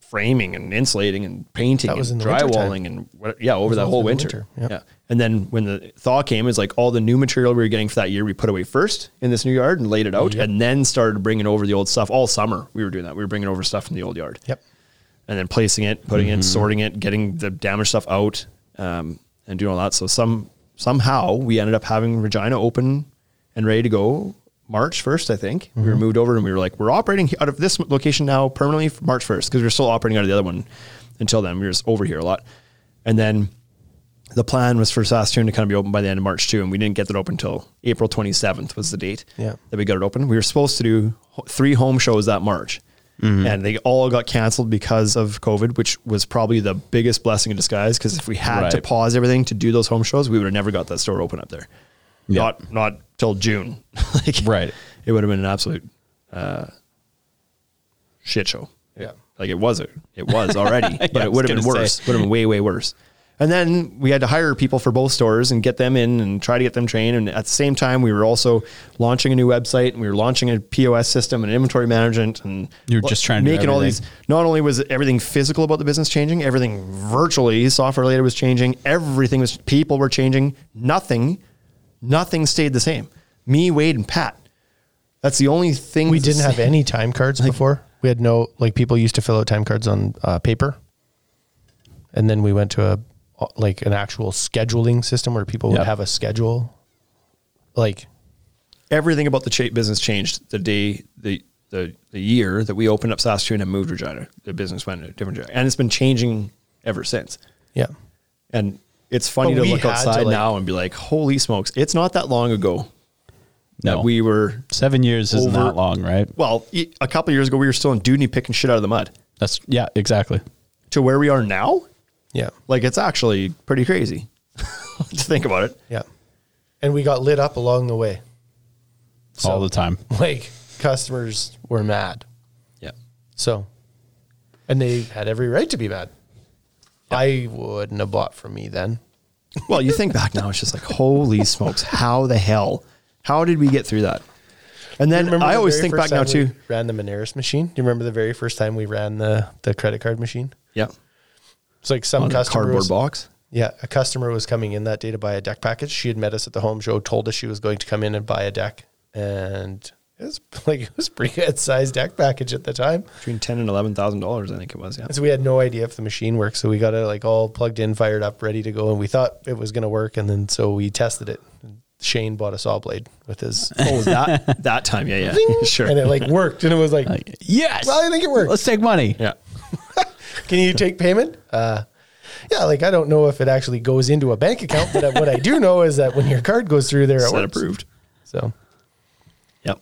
framing and insulating and painting
That was
and
in the wintertime.
drywalling and what, yeah, over that
all
whole
through the
winter.
winter, yeah.
Yeah. And then when the thaw came, it's like all the new material we were getting for that year, we put away first in this new yard and laid it out and then started bringing over the old stuff all summer. We were doing that. We were bringing over stuff from the old yard
Yep.
and then placing it, putting it, sorting it, getting the damaged stuff out, um, and doing all that. So some somehow we ended up having Regina open and ready to go March first. I think we were moved over and we were like, we're operating out of this location now permanently for March first because we were still operating out of the other one until then. We were just over here a lot, and then the plan was for Saskatoon to kind of be open by the end of March too, and we didn't get that open until April 27th was the date
Yeah.
that we got it open. We were supposed to do ho- three home shows that March,
Mm-hmm.
and they all got canceled because of COVID, which was probably the biggest blessing in disguise. Because if we had to
Right.
pause everything to do those home shows, we would have never got that store open up there. Not not till June. like,
Right.
It would have been an absolute uh, shit show.
Yeah.
Like it was it. It was already, but
Yeah, I
it
was
would have been
gonna
worse.
say.
Would have been way way worse. And then we had to hire people for both stores and get them in and try to get them trained. And at the same time, we were also launching a new website and we were launching a POS system and inventory management. And
You were just trying to do
making all these.
everything.
Not only was everything physical about the business changing, everything virtually software related was changing. Everything was people were changing. Nothing, nothing stayed the same. Me, Wade, and Pat. That's the only thing
We didn't have any time cards before. We had no like people used to fill out time cards on uh, paper, and then we went to a uh, like an actual scheduling system where people
Yeah.
would have a schedule. Like
everything about the cha- business changed the day the the the year that we opened up Saskatoon and moved Regina. The business went in a different direction, and it's been changing ever since.
yeah,
And it's funny
But
to
we
look
had to,
outside
like-
now and be like, "Holy smokes!" It's not that long ago
no,
that we were.
seven years is
over-
not long, right?
Well, e- a couple years ago, we were still in Dudney picking shit out of the mud
That's yeah, exactly.
to where we are now.
yeah,
Like it's actually pretty crazy to think about it.
yeah, and we got lit up along the way.
All the time.
Like customers were mad.
Yeah.
So, and they had every right to be mad. I wouldn't have bought from me then.
Well, you think back now, it's just like, holy smokes, how the hell, how did we get through that? And then I
the
always
very
think back
first
now
time we
too.
Ran the Moneris machine. Do you remember the very first time we ran the the credit card machine?
Yeah.
It's like some
On a
customer
cardboard
was,
box.
Yeah, a customer was coming in that day to buy a deck package. She had met us at the home show, told us she was going to come in and buy a deck, and it was like it was a pretty good sized deck package at the time.
Between ten and eleven thousand dollars, I think it was. Yeah.
And so we had no idea if the machine worked. So we got it like all plugged in, fired up, ready to go, and we thought it was going to work. And then so we tested it. Shane bought a saw blade with his,
Oh, that that time, yeah, yeah, sure.
and it like worked, and it was like,
Yes.
well, I think it worked.
Let's take money.
yeah.
Can you take payment? Uh, yeah, like I don't know if it actually goes into a bank account, but what I do know is that when your card goes through there, it
It's not
works.
approved.
So
Yep.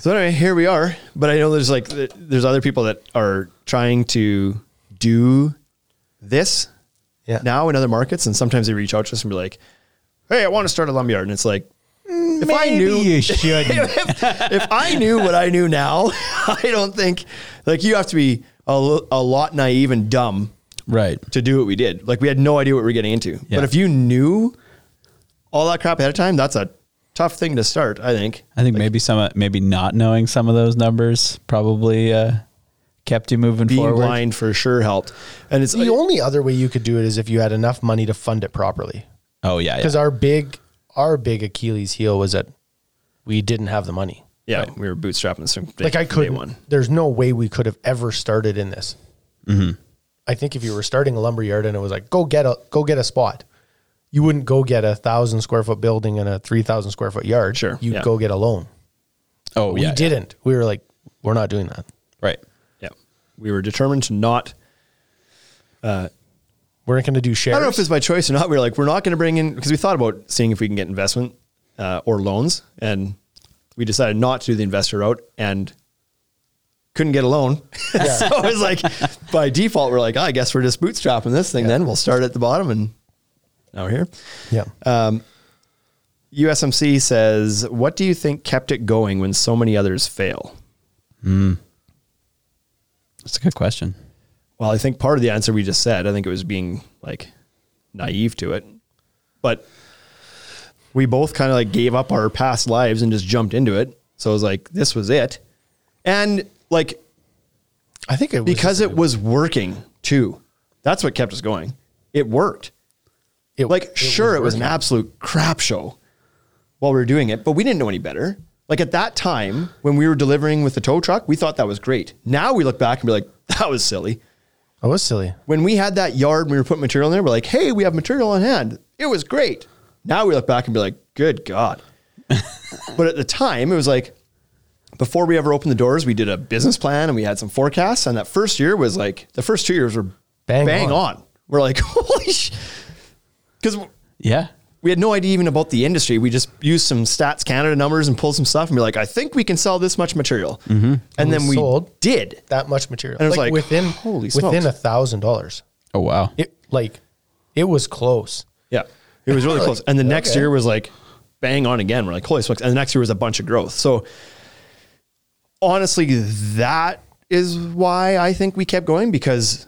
So anyway, here we are. But I know there's like th- there's other people that are trying to do this
yeah,
now in other markets, and sometimes they reach out to us and be like, "Hey, I want to start a lumberyard," and it's like, mm, if I knew
you shouldn't.
if, if I knew what I knew now, I don't think like you have to be a, lo- a lot naive and dumb
right.
to do what we did. Like we had no idea what we were getting into.
Yeah.
But if you knew all that crap ahead of time, that's a tough thing to start. I think.
I think maybe some, of- maybe not knowing some of those numbers probably uh, kept you moving
Being
forward.
blind for sure helped, and it's
The only other way you could do it is if you had enough money to fund it properly.
Oh yeah, yeah.
Because our big, our big Achilles heel was that we didn't have the money.
yeah, we were bootstrapping this from day,
Like I
from day
couldn't. There's no way we could have ever started in this.
Mm-hmm.
I think if you were starting a lumber yard and it was like go get a go get a spot, you wouldn't go get a thousand square foot building and a three thousand square foot yard.
Sure,
you'd
yeah.
go get a loan.
oh
we
yeah, yeah.
didn't. We were like, we're not doing that.
Right.
Yeah, we were determined to not.
We're not going to do shares.
I don't know if it's by choice or not. We were like, we're not going to bring in because we thought about seeing if we can get investment uh, or loans, and we decided not to do the investor route and couldn't get a loan. so it was like by default, we're like, "Ah, I guess we're just bootstrapping this thing. Then we'll start at the bottom, and now we're here.
yeah.
Uh, USMC says, "What do you think kept it going when so many others fail?"
That's a good question.
Well, I think part of the answer we just said, I think it was being like naive to it. But we both kind of like gave up our past lives and just jumped into it. So it was like, this was it. And like,
I think it was
because it was working too, that's what kept us going. It worked.
it-
Like,
it
sure, it was an
working.
absolute crap show while we were doing it, but we didn't know any better. Like at that time, when we were delivering with the tow truck, we thought that was great. Now we look back and be like, that was silly
That was silly.
when we had that yard and we were putting material in there, we're like, hey, we have material on hand. It was great. Now we look back and be like, good God. but at the time, it was like, before we ever opened the doors, we did a business plan and we had some forecasts. And that first year was like, the first two years were bang,
Bang
on.
on.
We're like, holy sh. Because
Yeah.
we had no idea even about the industry. We just used some Stats Canada numbers and pulled some stuff and be like, I think we can sell this much material. And,
Mm-hmm. we
then we
sold.
did.
That much material.
And it was like,
within
holy
within
smokes.
a thousand dollars.
Oh wow.
It like it was close.
Yeah. It was really close. And the next
Okay.
year was like bang on again. We're like, holy smokes. And the next year was a bunch of growth. So honestly, that is why I think we kept going because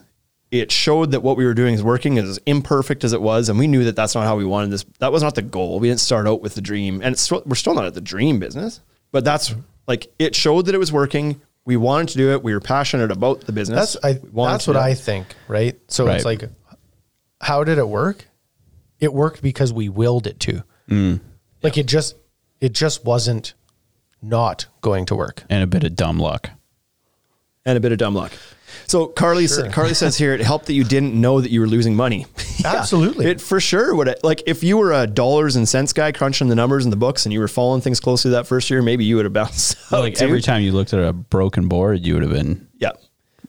it showed that what we were doing is working as imperfect as it was. And we knew that that's not how we wanted this. That was not the goal. We didn't start out with the dream. And it's still, we're still not at the dream business, but that's like it showed that it was working. We wanted to do it. We were passionate about the business.
That's I
We wanted
that's
to
what
do it.
I think, right? So it's
Right.
like how did it work? It worked because we willed it to.
Mm.
Like it just it just wasn't not going to work.
And a bit of dumb luck.
and a bit of dumb luck. So Carly sa- Carly says here it helped that you didn't know that you were losing money.
Ah,
Yeah.
Absolutely.
It for sure would have- like if you were a dollars and cents guy crunching the numbers and the books and you were following things closely that first year, maybe you would have bounced out
like
too.
every time you looked at a broken board, you would have been
Yeah.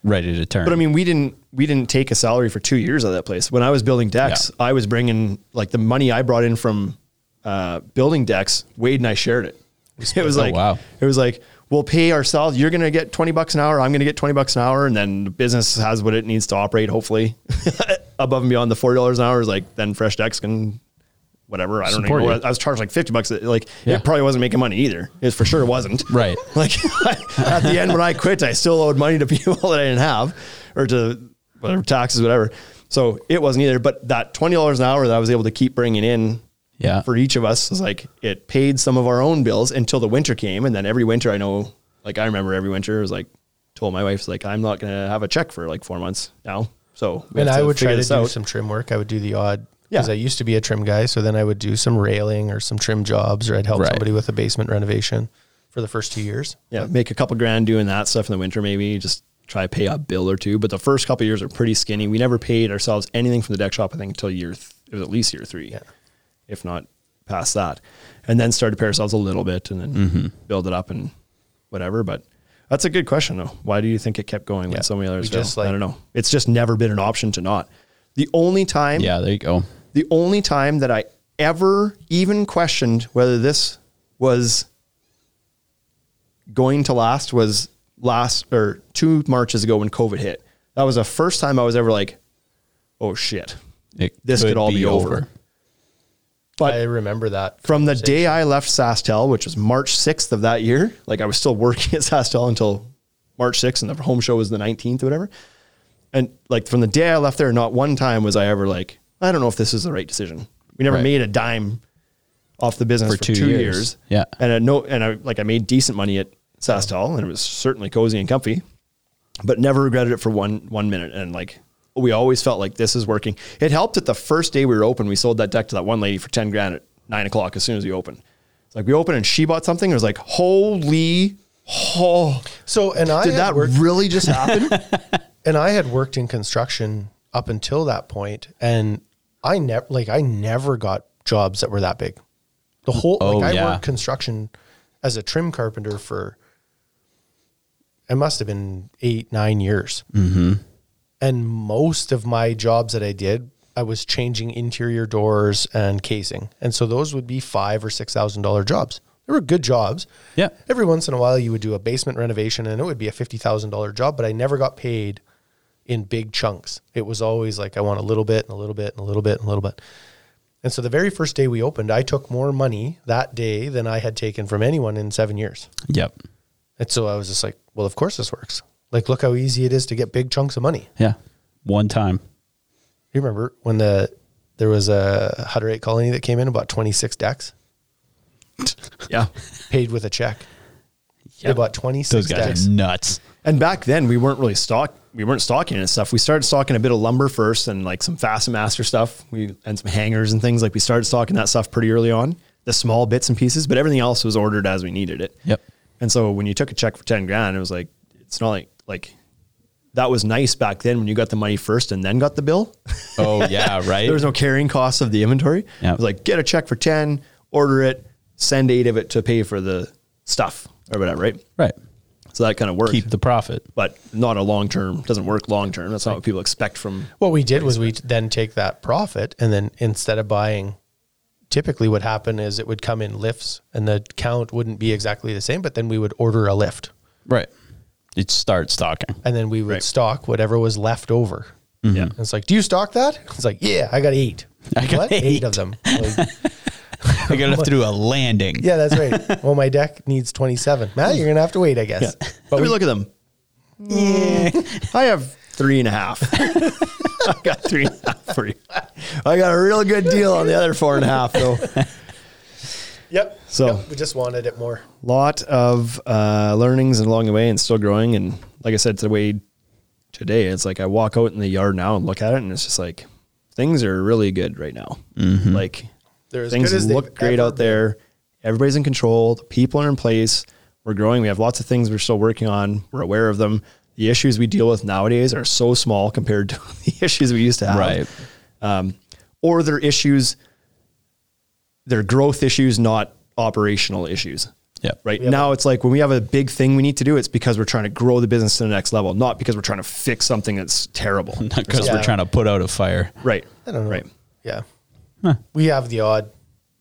ready to turn.
But I mean, we didn't we didn't take a salary for two years out of that place. When I was building decks, I was bringing like the money I brought in from uh, building decks. Wade and I shared it. It was
Oh,
like
wow.
It was like we'll pay ourselves. You're gonna get twenty bucks an hour. I'm gonna get twenty bucks an hour, and then the business has what it needs to operate. Hopefully, above and beyond the forty dollars an hour is like then fresh decks can. Whatever I don't even
Support
know.
you.
what- I was charged like fifty bucks. Like
Yeah.
it probably wasn't making money either. It for sure wasn't.
Right.
Like at the end when I quit, I still owed money to people that I didn't have or to whatever taxes, whatever. So it wasn't either. But that twenty dollars an hour that I was able to keep bringing in,
Yeah.
for each of us was like it paid some of our own bills until the winter came, and then every winter I know, like I remember every winter it was like told my wife like I'm not gonna have a check for like four months now. So we
and
have
I would try
figure
to
this
do
out.
some trim work. I would do the odd
Yeah.
because I used to be a trim guy, so then I would do some railing or some trim jobs, or I'd help
Right.
somebody with a basement renovation for the first two years.
yeah, make a couple grand doing that stuff in the winter, maybe just try to pay a bill or two. But the first couple years are pretty skinny. We never paid ourselves anything from the deck shop, I think, until year, th- it was at least year three, if not past that. And then started to pay ourselves a little bit and then
Mm-hmm.
build it up and whatever. But that's a good question, though. Why do you think it kept going
Yeah,
when so many others
we
failed?
just,
I
like-
don't know. It's just never been an option to not. The only time
yeah, there you go.
the only time that I ever even questioned whether this was going to last was last or two Marches ago when COVID hit. That was the first time I was ever like, oh shit,
It
this could all be, over. But
I remember that.
from the day I left Sastel, which was March 6th of that year, like I was still working at Sastel until March 6th and the home show was the 19th or whatever. And like from the day I left there, not one time was I ever like, I don't know if this is the right decision. We never
Right.
made a dime off the business for, two, years.
Yeah.
And I know, and I like, I made decent money at Sastel and it was certainly cozy and comfy, but never regretted it for one, one minute. And like, we always felt like this is working. It helped that the first day we were open, we sold that deck to that one lady for 10 grand at nine o'clock as soon as we opened. It's like we opened and she bought something. It was like, holy, oh,
So and I
did
had
that
worked-
really just happen?
and I had worked in construction up until that point, and I never like I never got jobs that were that big. The whole
Oh,
like I
yeah.
worked construction as a trim carpenter for it must have been eight nine years, mm-hmm. and most of my jobs that I did. I was changing interior doors and casing, and so those would be five or six thousand dollar jobs. They were good jobs.
Yeah.
Every once in a while, you would do a basement renovation, and it would be a fifty thousand dollar job. But I never got paid in big chunks. It was always like I want a little bit and a little bit and a little bit and a little bit. And so the very first day we opened, I took more money that day than I had taken from anyone in seven years.
Yep.
And so I was just like, well, of course this works. Like, look how easy it is to get big chunks of money.
Yeah. One time.
You remember when the there was a Hutter Eight colony that came in and bought twenty six decks,
yeah.
paid with a check. They bought twenty
Those
six
guys
decks.
are nuts.
And back then we weren't really stock we weren't stocking and stuff. We started stocking a bit of lumber first and like some Fastenmaster stuff. We and some hangers and things. Like we started stocking that stuff pretty early on. The small bits and pieces, but everything else was ordered as we needed it.
Yep.
And so when you took a check for ten grand, it was like it's not like like that was nice back then when you got the money first and then got the bill.
Oh yeah, right.
there was no carrying costs of the inventory.
Yeah.
It was like get a check for ten, order it, send eight of it to pay for the stuff or whatever, right?
right.
So that kind of worked
Keep the profit.
but not a long term. Doesn't work long term. That's not what people expect from.
What we did was we then take that profit and then instead of buying, typically what happened is it would come in lifts and the count wouldn't be exactly the same, but then we would order a lift
Right. It starts stocking.
and then we would stock whatever was left over.
Mm-hmm.
Yeah.
And it's like, do you stock that? It's like, yeah, I got eight. I
got
eight.
eight.
of them. Like,
You're gonna have to do a landing.
yeah, that's right. well, my deck needs 27. Matt, you're going to have to wait, I guess.
But we look at them. I have three and a half. I got three and a half for you. I got a real good deal on the other four and a half though.
Yep.
So-
Yep, we just wanted it more.
Lot of uh, learnings along the way, and still growing. And like I said, the way today, it's like I walk out in the yard now and look at it, and it's just like things are really good right now. Like
They're as
things
good as they've
look great
ever
out there. Everybody's in control. The people are in place. We're growing. We have lots of things we're still working on. We're aware of them. The issues we deal with nowadays are so small compared to the issues we used to have.
Right.
Um, or they're issues, they're growth issues, not operational issues.
Yep.
Right now, it's like when we have a big thing we need to do, it's because we're trying to grow the business to the next level, not because we're trying to fix something that's terrible.
Because
Yeah.
we're trying to put out a fire.
right.
I don't know.
Right.
Yeah. We have the odd.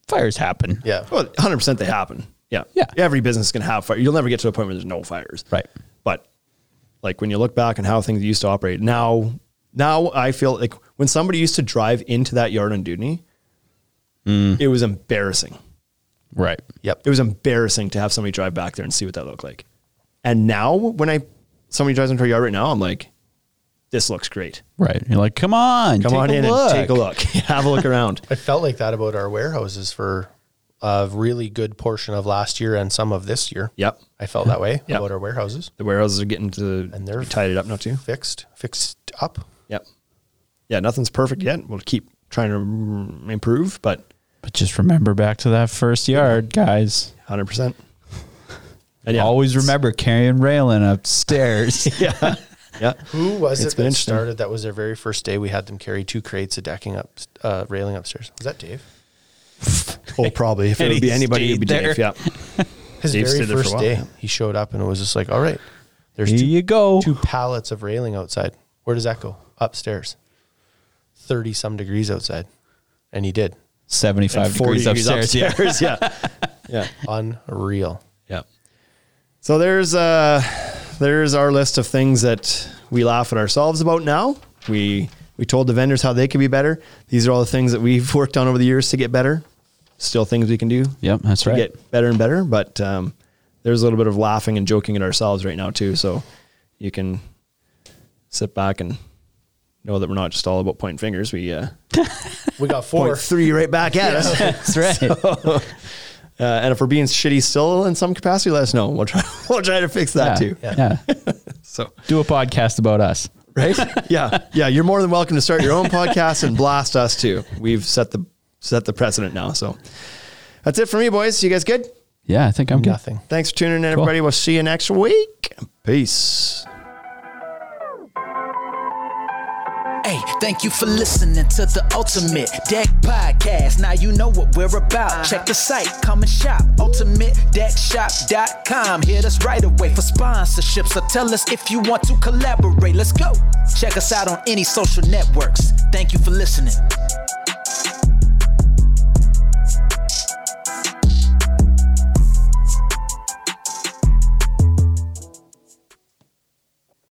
Fires happen.
Yeah.
Well, 100% they happen. Yeah.
Yeah.
Every business can have fire. You'll never get to a point where there's no fires.
Right.
But like when you look back on how things used to operate now, now I feel like when somebody used to drive into that yard on Dudney,
Mm.
it was embarrassing.
Right.
Yep.
It was embarrassing to have somebody drive back there and see what that looked like. And now when I, somebody drives into our yard right now, I'm like, this looks great.
Right. You're like, come on,
Come
take
on
a
in
look."
and take a look, have a look around.
I felt like that about our warehouses for a really good portion of last year and some of this year.
Yep.
I felt that way
Yep.
about our warehouses.
The warehouses are getting to
And they're-
tied it up now too.
Fixed, fixed up.
Yep. Yeah, nothing's perfect yet. We'll keep trying to mm, improve, but
But just remember back to that first yard, guys.
100%. And yeah,
Always remember carrying railing upstairs.
Yeah. yeah.
Who was
It's
it
been
that
interesting.
started? That was their very first day. We had them carry two crates of decking up, uh, railing upstairs. Was that Dave?
Well, probably. If it
And
would be
he
anybody, it'd be
stayed
Dave. Yeah.
His
Dave
very
stayed there for a
first
while,
day,
yeah.
he showed up and it was just like, all right, there's
Here
two,
you go.
two pallets of railing outside. Where does that go? Upstairs. 30 some degrees outside. And he did.
75 degrees upstairs. Yeah.
Yeah. yeah.
Unreal.
Yeah. So there's uh there's our list of things that we laugh at ourselves about now. We we told the vendors how they could be better. These are all the things that we've worked on over the years to get better. still things we can do.
Yep, that's
to
right.
Get better and better, but um, there's a little bit of laughing and joking at ourselves right now too. So you can sit back and know that we're not just all about pointing fingers. We uh,
We got
point
four.
three right back at us.
That's right.
Uh, and if we're being shitty still in some capacity, let us know. We'll try. We'll try to fix that too.
yeah.
So
Do a podcast about us.
right? yeah, yeah. You're more than welcome to start your own podcast and blast us too. We've set the set the precedent now. So that's it for me, boys. You guys good?
Yeah, I think I'm good.
Nothing.
Thanks for tuning in, everybody. We'll see you next week. Peace.
Hey, thank you for listening to the Ultimate Deck Podcast. Now you know what we're about. Check the site, come and shop. UltimateDeckShop.com. Hit us right away for sponsorships. So tell us if you want to collaborate. Let's go. Check us out on any social networks. Thank you for listening.